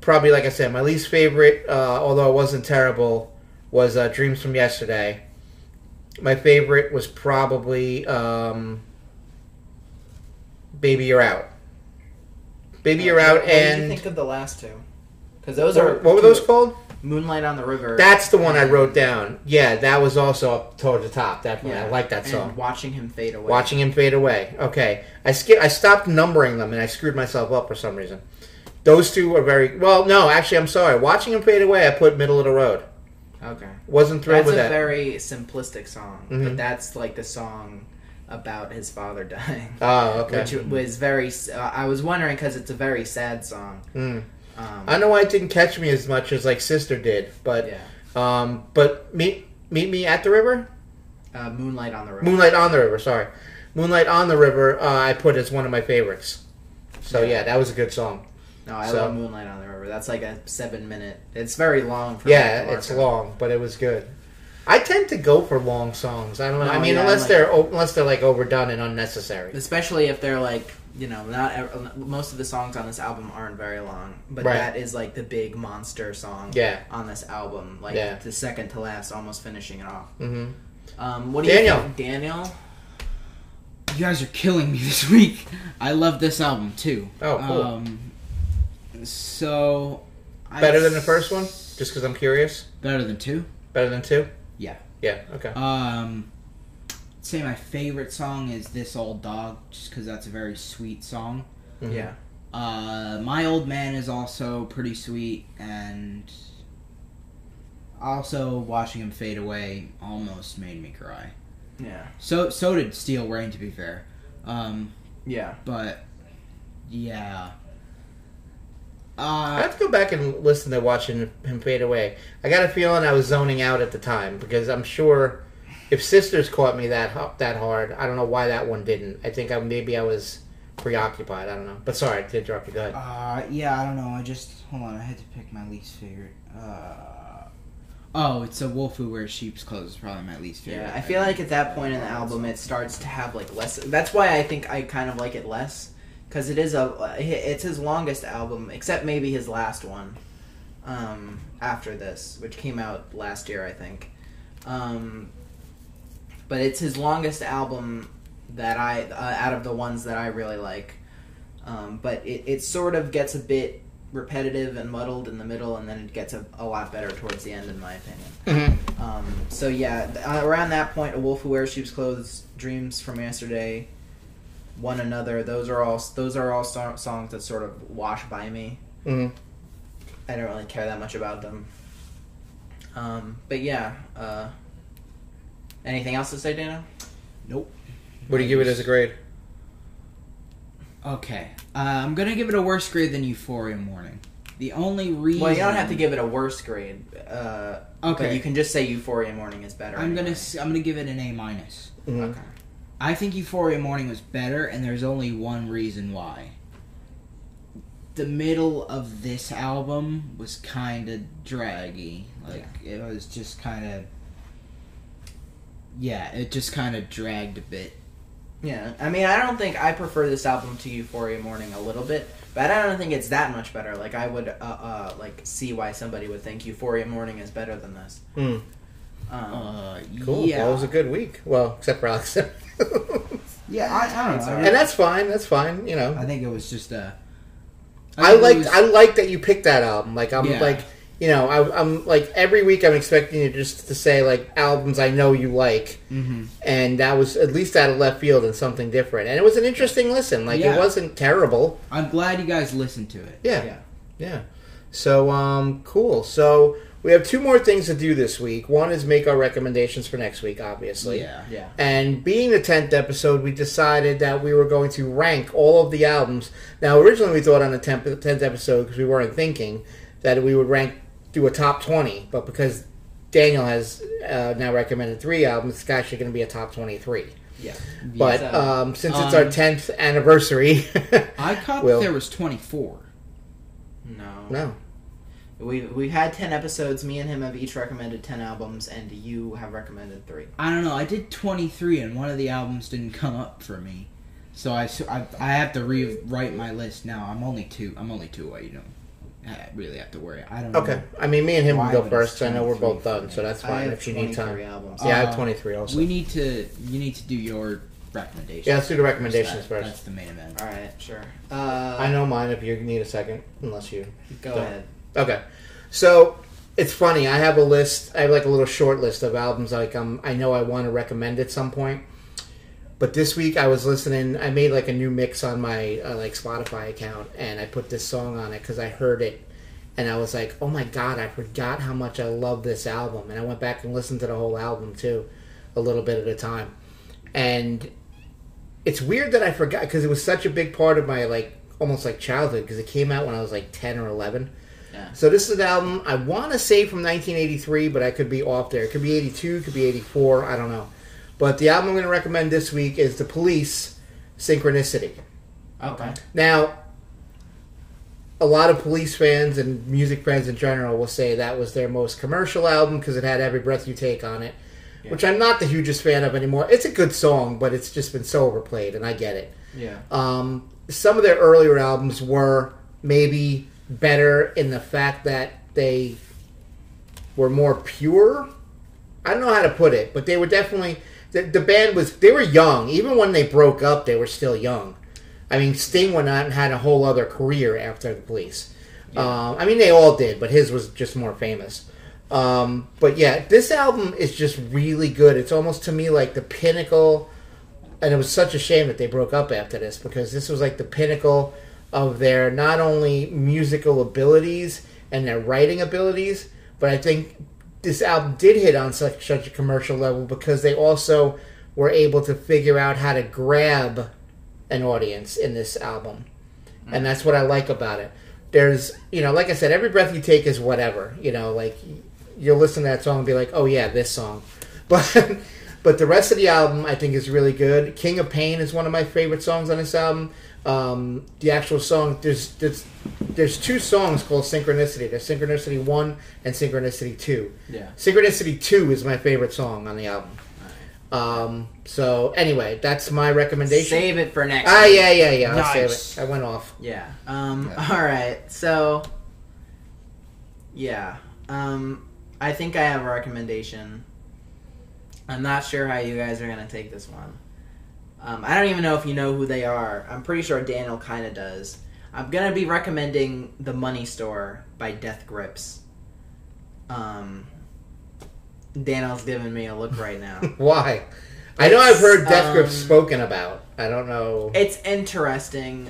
B: probably like I said, my least favorite, uh, although it wasn't terrible, was uh, Dreams from Yesterday. My favorite was probably um, Baby You're Out. Baby You're Out
A: What did you
B: and
A: think of the last two? Because those are
B: what, what were
A: two-
B: those called?
A: Moonlight on the River.
B: That's the one I wrote down. Yeah, that was also up toward the top. Definitely,
A: Yeah.
B: I like that
A: and
B: song.
A: Watching him fade away.
B: Watching him fade away. Okay, I skip. I stopped numbering them, and I screwed myself up for some reason. Those two are very well. No, actually, I'm sorry. Watching him fade away, I put middle of the road.
A: Okay.
B: Wasn't thrilled
A: That's a
B: with that.
A: very simplistic song,
B: Mhm.
A: but that's like the song about his father dying,
B: oh, okay.
A: which was very. s- Uh, I was wondering because it's a very sad song.
B: Mm.
A: Um,
B: I don't know why it didn't catch me as much as like Sister did, but
A: yeah.
B: um, but meet meet me at the river.
A: Uh, Moonlight on the River.
B: Moonlight on the river. Sorry, Moonlight on the river. Uh, I put as one of my favorites. So
A: Yeah.
B: yeah, that was a good song.
A: no, I
B: so-
A: love Moonlight on the River. That's like a seven minute. It's very long. for
B: Yeah,
A: Michael
B: it's
A: Arco.
B: long, but it was good. I tend to go for long songs. I don't know.
A: No,
B: I mean,
A: yeah,
B: unless
A: like-
B: they're o- unless they're like overdone and unnecessary.
A: especially if they're like you know not ev- uh, most of the songs on this album aren't very long but
B: Right.
A: that is like the big monster song
B: Yeah.
A: on this album like
B: Yeah.
A: the second to last almost finishing it off
B: hmm
A: um what do
B: Daniel.
A: you think daniel
C: You guys are killing me this week. I love this album too.
B: Oh, cool.
A: Uh,
C: Um, so I
B: Better than the first one, just because I'm curious.
C: better than two.
B: Better than two.
C: Yeah.
B: Yeah. Okay.
C: Um, I'd say my favorite song is "This Old Dog," just because that's a very sweet song.
B: Mhm.
A: yeah
C: Uh, "My Old Man" is also pretty sweet, and also watching him fade away almost made me cry.
A: yeah
C: So so did "Steel Rain," to be fair. Um,
A: yeah
C: but yeah. Uh,
B: I have to go back and listen to watching him fade away. I got a feeling I was zoning out at the time because I'm sure if Sisters caught me that ho- that hard, I don't know why that one didn't. I think I, maybe I was preoccupied. I don't know. But sorry to interrupt you. Go ahead.
C: Uh, yeah, I don't know. I just hold on. I had to pick my least favorite. Uh, oh, it's a wolf who wears sheep's clothes. Is probably my least favorite.
A: yeah i feel like at that point in the album it starts to have like less that's why i think i kind of like it less because it is a it's his longest album except maybe his last one um after this which came out last year i think Um, but it's his longest album that I uh, out of the ones that I really like. Um, but it, it sort of gets a bit repetitive and muddled in the middle, and then it gets a, a lot better towards the end, in my opinion. Um, so yeah, th- uh, around that point, A Wolf Who Wears Sheep's Clothes, Dreams from Yesterday, One Another. Those are all those are all so- songs that sort of wash by me.
B: hmm
A: I don't really care that much about them. Um, but yeah. Uh, anything else to say, Dana?
C: Nope.
B: What do you give it as a grade?
C: Okay. Uh, I'm gonna give it a worse grade than Euphoria Morning. The only reason.
A: Well, you don't have to give it a worse grade. Uh,
C: Okay.
A: But you can just say Euphoria Morning is better.
C: I'm gonna.
A: anyway.
C: s- I'm gonna give it an A minus.
B: Mhm.
A: Okay.
C: I think Euphoria Morning was better, and there's only one reason why. The middle of this album was kind of draggy. Like, it was just kind of. Yeah, it just kind of dragged a bit.
A: Yeah, I mean, I don't think I prefer this album to Euphoria Morning a little bit, but I don't think it's that much better. Like I would, uh, uh like see why somebody would think Euphoria Morning is better than this.
B: Hmm.
A: Um,
C: Uh,
B: Cool.
C: Yeah.
B: Well, it was a good week. Well, except for Alex.
C: yeah, I, I don't
A: It's
C: know.
A: all
C: I,
A: right.
B: and that's fine. That's fine. You know,
C: I think it was just a.
B: I
C: think it
B: liked
C: was-
B: I liked that you picked that album. Like I'm
C: Yeah.
B: like you know I, I'm like every week I'm expecting you just to say like albums I know you like,
C: Mhm.
B: and that was at least out of left field and something different. And it was an interesting listen. Like
C: Yeah.
B: it wasn't terrible.
C: I'm glad you guys listened to it.
B: Yeah, yeah.
A: yeah.
B: So um, cool. So we have two more things to do this week. One is make our recommendations for next week, obviously.
C: Yeah.
A: Yeah.
B: And being the 10th episode, we decided that we were going to rank all of the albums. Now, originally we thought on the 10th, 10th episode, because we weren't thinking, that we would rank, do a top 20. But because Daniel has uh, now recommended three albums, it's actually going to be a top 23.
A: Yeah.
B: But
A: so,
B: um, since it's our
C: um,
B: 10th anniversary.
C: I caught
B: Will.
C: that there was 24.
A: No.
B: no.
A: We we've had ten episodes. Me and him have each recommended ten albums, and you have recommended three.
C: I don't know. I did 23, and one of the albums didn't come up for me, so I s- I, I have to rewrite my list now. I'm only two. I'm only two away. You don't I really have to worry. I don't.
B: Okay.
C: Know.
B: I mean, me and him
C: Why
B: will go
C: would it's
B: first. I know we're
C: 23
B: both done, so that's
A: I
B: fine
A: have
B: if you need time.
A: 23 albums.
B: Yeah, I have
C: Uh,
B: 23 also.
C: We need to. You need to do your recommendations.
B: yeah, let's do the recommendations
C: That-
B: first.
C: That's the main event.
A: Oh, All right. Sure. Uh,
B: I know mine if you need a second, unless you.
A: Go
B: Don't.
A: ahead.
B: Okay, so it's funny. I have a list. I have like a little short list of albums like um, I know I want to recommend at some point. But this week I was listening. I made like a new mix on my uh, like Spotify account, and I put this song on it because I heard it, and I was like, "Oh my god, I forgot how much I love this album." And I went back and listened to the whole album too, a little bit at a time, and it's weird that I forgot because it was such a big part of my like almost like childhood because it came out when I was like ten or eleven.
A: Yeah.
B: So this is an album I want to say from 1983, but I could be off there. It could be 82, it could be 84. I don't know. But the album I'm going to recommend this week is The Police Synchronicity.
A: Okay.
B: Now, a lot of police fans and music fans in general will say that was their most commercial album because it had Every Breath You Take on it, which I'm not the hugest fan of anymore. It's a good song, but it's just been so overplayed, and I get it.
A: Yeah.
B: Um, some of their earlier albums were maybe better in the fact that they were more pure. I don't know how to put it, but they were definitely the, the band was they were young. Even when they broke up, they were still young. I mean, Sting went out and had a whole other career after the Police. Um, I mean, they all did, but his was just more famous. Um, but yeah, this album is just really good. It's almost to me like the pinnacle and it was such a shame that they broke up after this because this was like the pinnacle of their not only musical abilities and their writing abilities, but I think this album did hit on such such a commercial level because they also were able to figure out how to grab an audience in this album. And that's what I like about it. There's, you know, like I said, every breath you take is whatever. You know, like you'll listen to that song and be like, "Oh yeah, this song," but but the rest of the album I think is really good. King of Pain is one of my favorite songs on this album. Um, the actual song there's there's there's two songs called Synchronicity. There's Synchronicity One and Synchronicity Two.
A: Yeah.
B: Synchronicity Two is my favorite song on the album. Um, so anyway, that's my recommendation.
A: Save it for next.
B: Ah
A: week.
B: yeah yeah yeah. I'll
C: Nice.
B: save it. I went off.
A: Yeah. Um,
C: Yeah.
A: All right. So, yeah. Um, I think I have a recommendation. I'm not sure how you guys are gonna take this one. Um, I don't even know if you know who they are. I'm pretty sure Daniel kind of does. I'm gonna be recommending "The Money Store" by Death Grips. Um, Daniel's giving me a look right now.
B: Why? I know I've heard
A: It's,
B: Death Grips
A: um,
B: spoken about. I don't know.
A: it's interesting.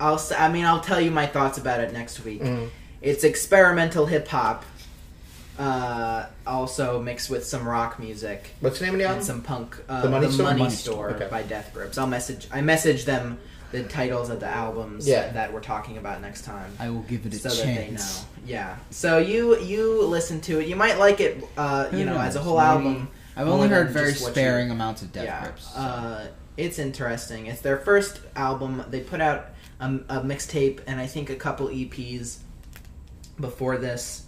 A: I'll. s- I mean, I'll tell you my thoughts about it next week.
B: Mm.
A: It's experimental hip hop, uh, also mixed with some rock music.
B: What's the name of the
A: and
B: album?
A: some punk uh,
B: The
A: the
B: Money
A: money
B: Store?
A: store,
B: Money Store, okay.
A: by death grips i'll message i message them the titles of the albums
B: Yeah.
A: that we're talking about next time
C: I will give it a
A: so that they know
C: chance.
A: yeah so you you listen to it you might like it uh,
C: Who
A: you know as a
C: knows?
A: whole
C: Maybe-
A: album
C: I've
A: more
C: only
A: than
C: heard very
A: just what you-
C: sparing amounts of Death
A: yeah
C: Grips. so-
A: uh, it's interesting it's their first album they put out a, a mixtape and i think a couple eps before this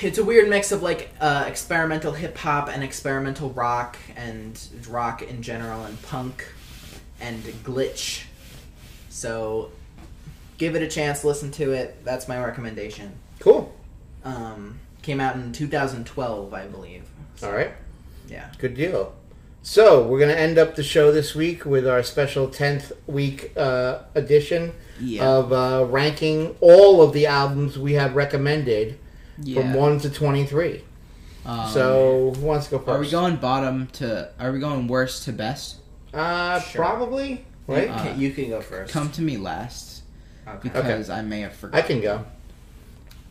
A: it's a weird mix of like uh, experimental hip hop and experimental rock and rock in general and punk and glitch. So give it a chance, listen to it. That's my recommendation.
B: Cool.
A: Um, came out in 2012, I believe.
B: All right.
A: Yeah.
B: Good deal. So we're gonna end up the show this week with our special tenth week uh, edition
C: yeah.
B: of uh, ranking all of the albums we have recommended
C: yeah.
B: from one to twenty-three.
C: Um,
B: so who wants to go first?
C: are we going bottom to? Are we going worst to best?
B: Uh,
A: Sure.
B: probably. Right.
C: Uh,
A: Okay, you can go first.
C: Come to me last
A: okay.
C: because I may have
B: I
C: forgotten.
B: can go.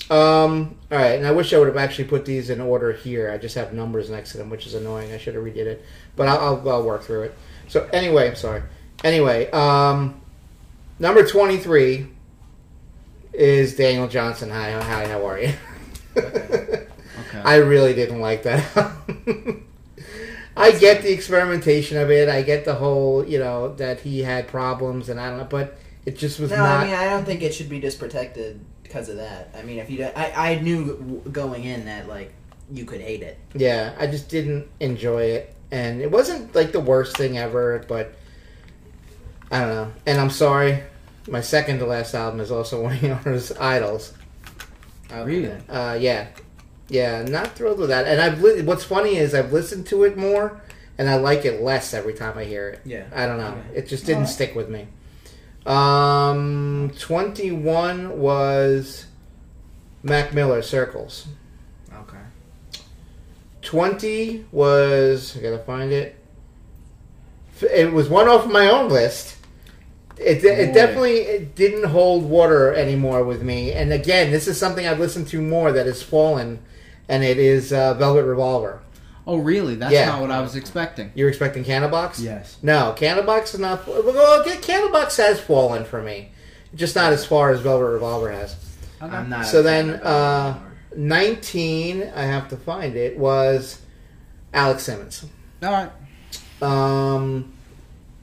B: Um. All right, and I wish I would have actually put these in order here. I just have numbers next to them, which is annoying. I should have redid it, but I'll, I'll, I'll work through it. So anyway, I'm sorry. Anyway, um, number twenty three is Daniel Johnson. Hi, hi, how are you?
C: Okay.
B: I really didn't like that. I get the experimentation of it. I get the whole, you know, that he had problems, and I don't know, but it just was
A: No,
B: not.
A: I mean I don't think it should be disprotected because of that. I mean, if you, don't, I, I knew w- going in that like you could hate it.
B: Yeah, I just didn't enjoy it, and it wasn't like the worst thing ever, but I don't know. And I'm sorry, my second to last album is also one of yours, Idols.
A: Oh,
C: Really?
B: Uh, yeah, yeah, not thrilled with that. And I've li- what's funny is I've listened to it more, and I like it less every time I hear it.
A: Yeah.
B: I don't know,
A: Okay.
B: it just didn't
C: Alright.
B: stick with me. Um, twenty one was Mac Miller Circles.
A: Okay.
B: 20 was I gotta find it. F- It was one off my own list. It, de- it
C: Boy.
B: definitely it didn't hold water anymore with me. And again, this is something I've listened to more that has fallen, and it is uh, Velvet Revolver.
C: Oh, really? That's
B: Yeah.
C: not what I was expecting.
B: You're expecting Candlebox?
C: Yes.
B: No, Candlebox is not. Well, okay, Candlebox has fallen for me, just not as far as Velvet Revolver has.
C: Okay.
A: I'm not.
B: So
A: a fan
B: then,
A: of it
B: uh,
A: anymore.
B: 19, I have to find it, was Alex Simmons.
C: All right.
B: Um,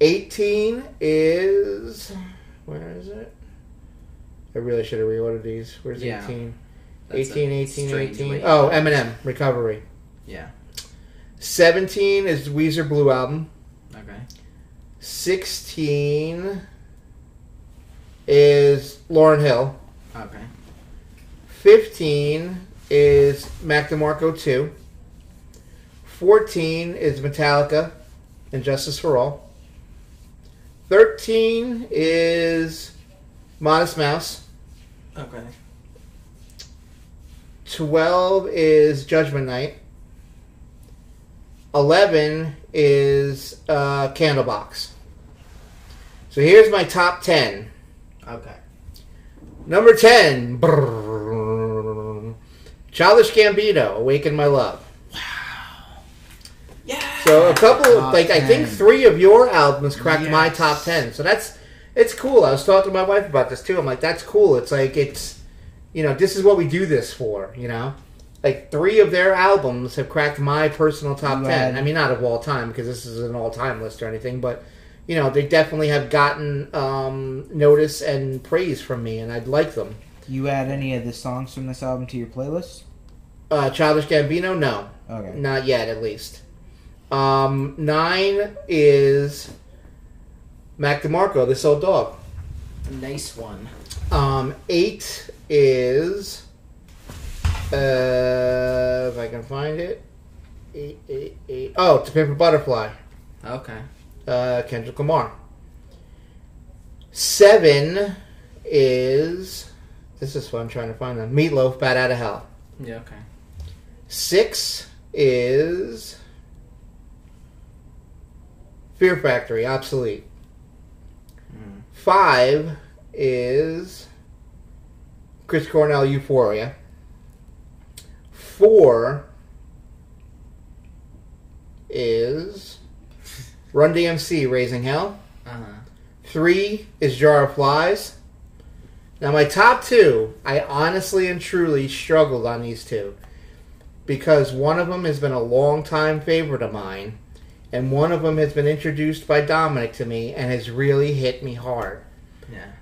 B: 18 is. Where is it? I really should have reordered these. Where's
A: Yeah.
B: 18?
A: That's a
B: 18, 18,
A: strange
B: 18.
A: way-
B: Oh, Eminem, Recovery.
A: Yeah.
B: 17 is Weezer Blue Album.
A: Okay.
B: 16 is Lauren Hill.
A: Okay.
B: 15 is Mac DeMarco 2. 14 is Metallica and Justice for All. 13 is Modest Mouse.
A: Okay.
B: 12 is Judgment Night. 11 is uh, Candlebox. So here's my top 10.
A: Okay.
B: Number 10. brrrr, Childish Gambino, Awaken My Love.
A: Yeah.
B: So a couple of,
C: Top
B: like, I think
C: 10.
B: three of your albums cracked my
C: Yes.
B: top 10. So that's, it's cool. I was talking to my wife about this too. I'm like, that's cool. It's like, it's, you know, this is what we do this for, you know? Like, three of their albums have cracked my personal top
C: You
B: 10.
C: had-
B: I mean, not of all time, because this is an all time list or anything, but, you know, they definitely have gotten um, notice and praise from me, and I'd like them.
C: You add any of the songs from this album to your playlist?
B: Uh, Childish Gambino, no.
C: Okay.
B: Not yet, at least. Um, nine is Mac DeMarco, This Old Dog.
A: Nice one.
B: Um, eight is. Uh, if I can find it. eh, eh, eh. Oh, To Pimp a Butterfly,
A: Okay.
B: uh, Kendrick Lamar. Seven is. This is fun trying to find them. Meatloaf, Bad Out of Hell.
A: Yeah. Okay.
B: Six is. Fear Factory, obsolete.
A: Mm.
B: Five is Chris Cornell Euphoria. Four is Run DMC Raising Hell.
A: Uh huh.
B: Three is Jar of Flies. Now, my top two, I honestly and truly struggled on these two because one of them has been a long time favorite of mine, and one of them has been introduced by Dominic to me and has really hit me hard.
A: Yeah.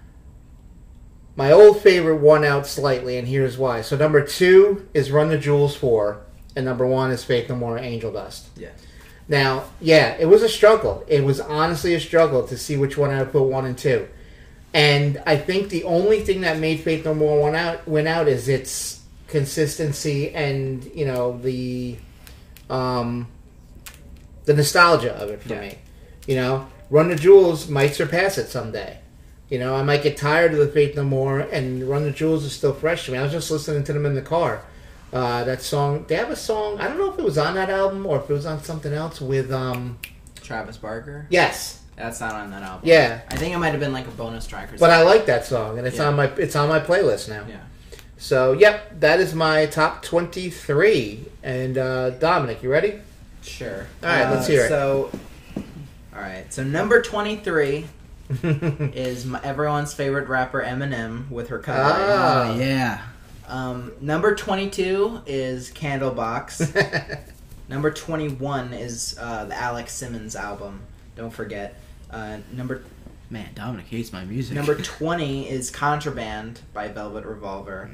B: My old favorite won out slightly, and here's why. So number two is Run the Jewels four, and number one is Faith No More Angel Dust.
A: Yes.
B: Now, yeah, it was a struggle. It was honestly a struggle to see which one I would put one and two. And I think the only thing that made Faith No More one out win out is its consistency and you know the um, the nostalgia of it for
A: Yeah.
B: me. You know, Run the Jewels might surpass it someday. You know, I might get tired of the Faith No More, and Run the Jewels is still fresh to me. I was just listening to them in the car. Uh, that song, they have a song. I don't know if it was on that album or if it was on something else with. um
A: Travis Barker.
B: Yes,
A: That's not on that album.
B: yeah.
A: I think it might have been like a bonus track or
B: But
A: something.
B: I like that song, and it's
A: Yeah.
B: on my it's on my playlist now.
A: yeah.
B: So, yep, that is my top twenty three. And uh, Dominic, you ready?
A: Sure. Uh,
B: All right, let's hear it.
A: So. All right. So number twenty-three is my, everyone's favorite rapper Eminem with her cover.
B: Ah.
C: Oh, yeah.
A: Um, number 22 is Candlebox. number 21 is uh, the Alex Simmons album. Don't forget. Uh, number
C: Man, Dominic hates my music.
A: number 20 is Contraband by Velvet Revolver.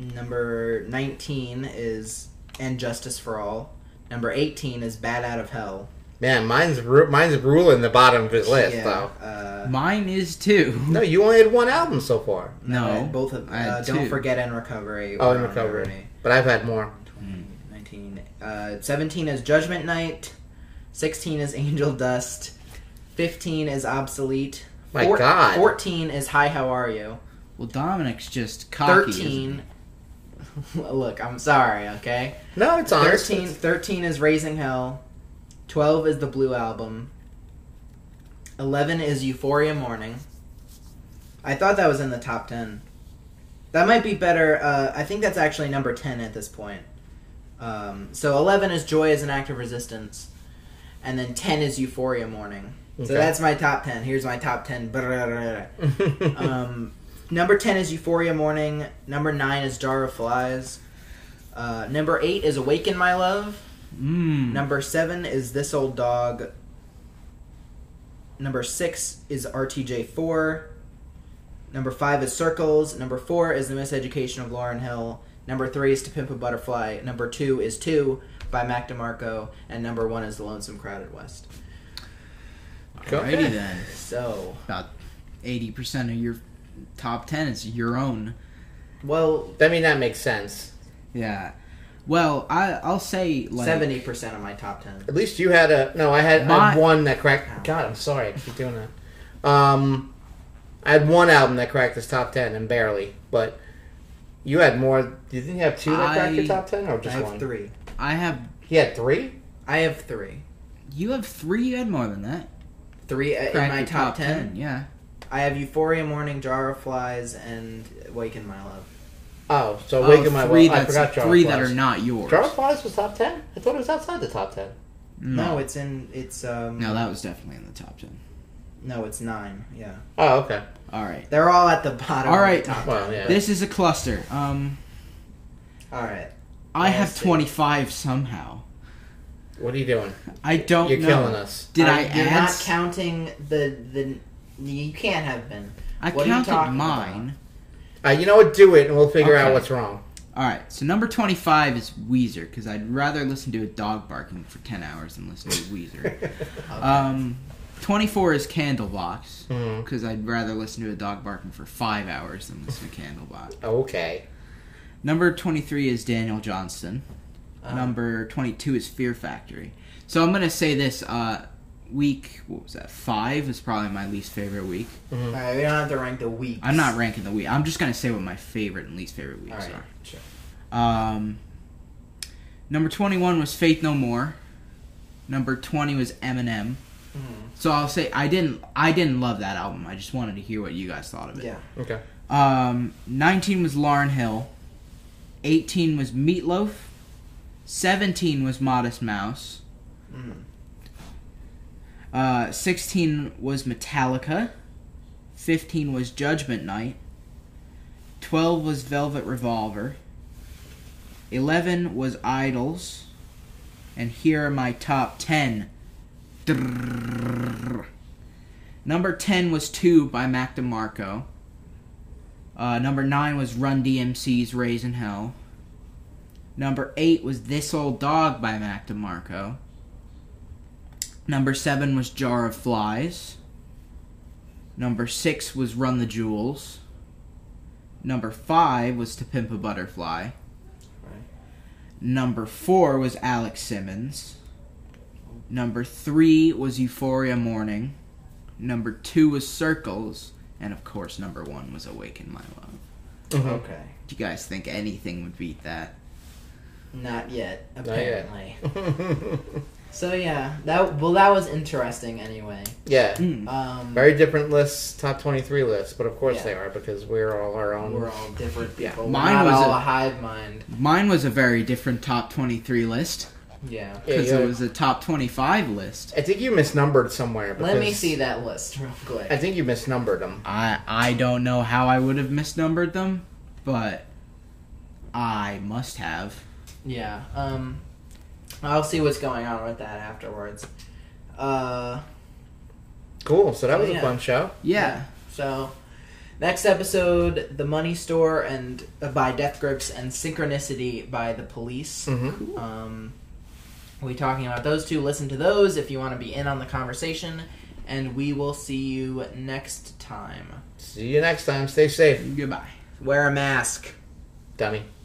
B: Mm-hmm.
A: Number 19 is And Justice for All. Number 18 is Bad Out of Hell.
B: Man, mine's ru- mine's ruling the bottom of his list though.
A: Uh,
C: Mine is too.
B: No, you only had one album so far,
A: no,
C: No,
A: both of
C: I had
A: uh, Don't
C: two.
A: Forget and Recovery.
B: Oh,
A: were
B: and
A: on
B: Recovery.
A: already.
B: but I've had more.
A: 19. Uh, 17 is Judgment Night. 16 is Angel Dust. 15 is Obsolete.
B: My God.
A: 14 is Hi, How Are You?
C: Well, Dominic's just cocky. isn't he?
A: 13. Look, I'm sorry, okay?
B: No, Oh, it's honest.
A: 13, 13 is Raising Hell. 12 is The Blue Album. 11 is Euphoria Morning. I thought that was in the top 10. That might be better. Uh, I think that's actually number 10 at this point. Um, so 11 is Joy is an Act of Resistance. And then 10 is Euphoria Morning.
B: Okay.
A: So that's my top 10. Here's my top 10. Brrrr. Um, number 10 is Euphoria Morning. Number 9 is Jar of Flies. Uh, number 8 is Awaken My Love.
B: Hmm.
C: Mm.
A: Number 7 is This Old Dog. Number 6 is RTJ4. Number 5 is Circles. Number 4 is The Miseducation of Lauren Hill. Number 3 is To Pimp a Butterfly. Number 2 is 2 by Mac DeMarco. And number 1 is The Lonesome Crowded West.
C: Alrighty
B: Okay.
C: then.
A: So,
C: About eighty percent of your top ten is your own.
A: well,
B: I mean, that makes sense.
C: Yeah. Well, I I'll say like
A: 70% of my top 10.
B: At least you had a no. I had, I had
C: My-
B: one that cracked. God, I'm sorry. I keep doing that. Um, I had one album that cracked this top ten and barely. But you had more. You didn't have two that cracked your
C: I-
B: top ten, or
A: I
B: just
A: have
B: one?
A: three.
C: I have
B: You had three.
A: I have three.
C: you have three. You had more than that.
A: Three uh, in
C: Cracked
A: my
C: your
A: top, ten.
C: Yeah.
A: I have Euphoria, Morning, Jar of Flies, and Waken My Love.
B: Oh, so
C: Oh,
B: Wake of My
C: three
B: World. I
C: that's-
B: forgot Jar
C: three
B: of
C: that
B: Flies.
C: are not yours.
B: Jar of Flies was top ten. I thought it was outside the top ten.
A: No,
C: No.
A: it's in it's um
C: No, that was definitely in the top ten.
A: no, it's nine. Yeah,
B: Oh, okay.
C: All right.
A: they're all at the bottom.
C: All
A: All
C: right.
A: right, top.
B: Well, yeah.
C: This is a cluster. Um,
A: all right.
C: I
A: Yeah,
C: have
A: it's-
C: twenty five somehow.
B: what are you doing?
C: I don't.
B: You're
C: know.
B: killing us.
C: Did I,
A: Uh,
C: add?
A: You're not
C: s-
A: counting the the. You can't have been.
C: I
A: what are you
C: counted
A: talking
C: mine.
B: Uh, you know what? Do it, and we'll figure out
C: Okay.
B: what's wrong.
C: All right, so number 25 is Weezer, because I'd rather listen to a dog barking for 10 hours than listen to Weezer.
B: Mm-hmm.
C: um, 24 is Candlebox,
B: Mhm.
C: because I'd rather listen to a dog barking for 5 hours than listen to Candlebox.
B: Okay.
C: Number 23 is Daniel Johnston.
A: Uh,
C: Number 22 is Fear Factory. So I'm going to say this uh, week, what was that? Five is probably my least favorite week.
A: All
B: Mm-hmm.
A: right, we don't have to rank the weeks.
C: I'm not ranking the week. I'm just going to say what my favorite and least favorite
A: All
C: weeks
A: right,
C: are.
A: sure.
C: Um, number 21 was Faith No More. Number 20 was Eminem.
A: Mhm.
C: So I'll say I didn't I didn't love that album. I just wanted to hear what you guys thought of it.
A: Yeah.
B: Okay.
C: Um, 19 was Lauren Hill. 18 was Meatloaf. 17 was Modest Mouse.
A: Mhm.
C: Uh, 16 was Metallica. 15 was Judgment Night. 12 was Velvet Revolver. 11 was Idols. And here are my top 10. Drrrr. Number 10 was 2 by Mac DeMarco. Uh, number 9 was Run DMC's Raisin Hell. Number 8 was This Old Dog by Mac DeMarco. Number seven was Jar of Flies. Number six was Run the Jewels. Number five was To Pimp a Butterfly. Number four was Alex Simmons. Number three was Euphoria Morning. Number two was Circles. And of course, number one was Awaken My Love.
B: Mm-hmm.
A: Okay.
C: Do you guys think anything would beat that?
A: Not yet,
B: yet.
A: apparently.
C: Mm-hmm.
A: So yeah, that well, that was interesting anyway.
B: yeah.
C: Mm.
A: Um,
B: Very different lists, top 23 lists, but of course
A: Yeah.
B: they are because we're all our own.
A: we're all different
C: Yeah,
A: people.
C: mine
A: Mine was
C: was
A: all
C: a-
A: a hive mind.
C: Mine was a very different top 23 list
A: Yeah.
B: Yeah,
C: because
B: yeah.
C: it was a top 25 list.
B: I think you misnumbered somewhere. Because
A: Let me see that list real quick.
B: I think you misnumbered them.
C: I I don't know how I would have misnumbered them, but I must have.
A: Yeah. Um, I'll see what's going on with that afterwards. Uh,
B: Cool. So that
A: Oh,
B: was a
A: yeah.
B: fun show.
C: Yeah.
A: so next episode, the Money Store and uh, by Death Grips and Synchronicity by the Police.
B: Mm-hmm.
A: Um, we'll be talking about those two. Listen to those if you want to be in on the conversation, and we will see you next time.
B: See you next time. Stay safe,
C: Goodbye.
A: Wear a mask.
B: dummy.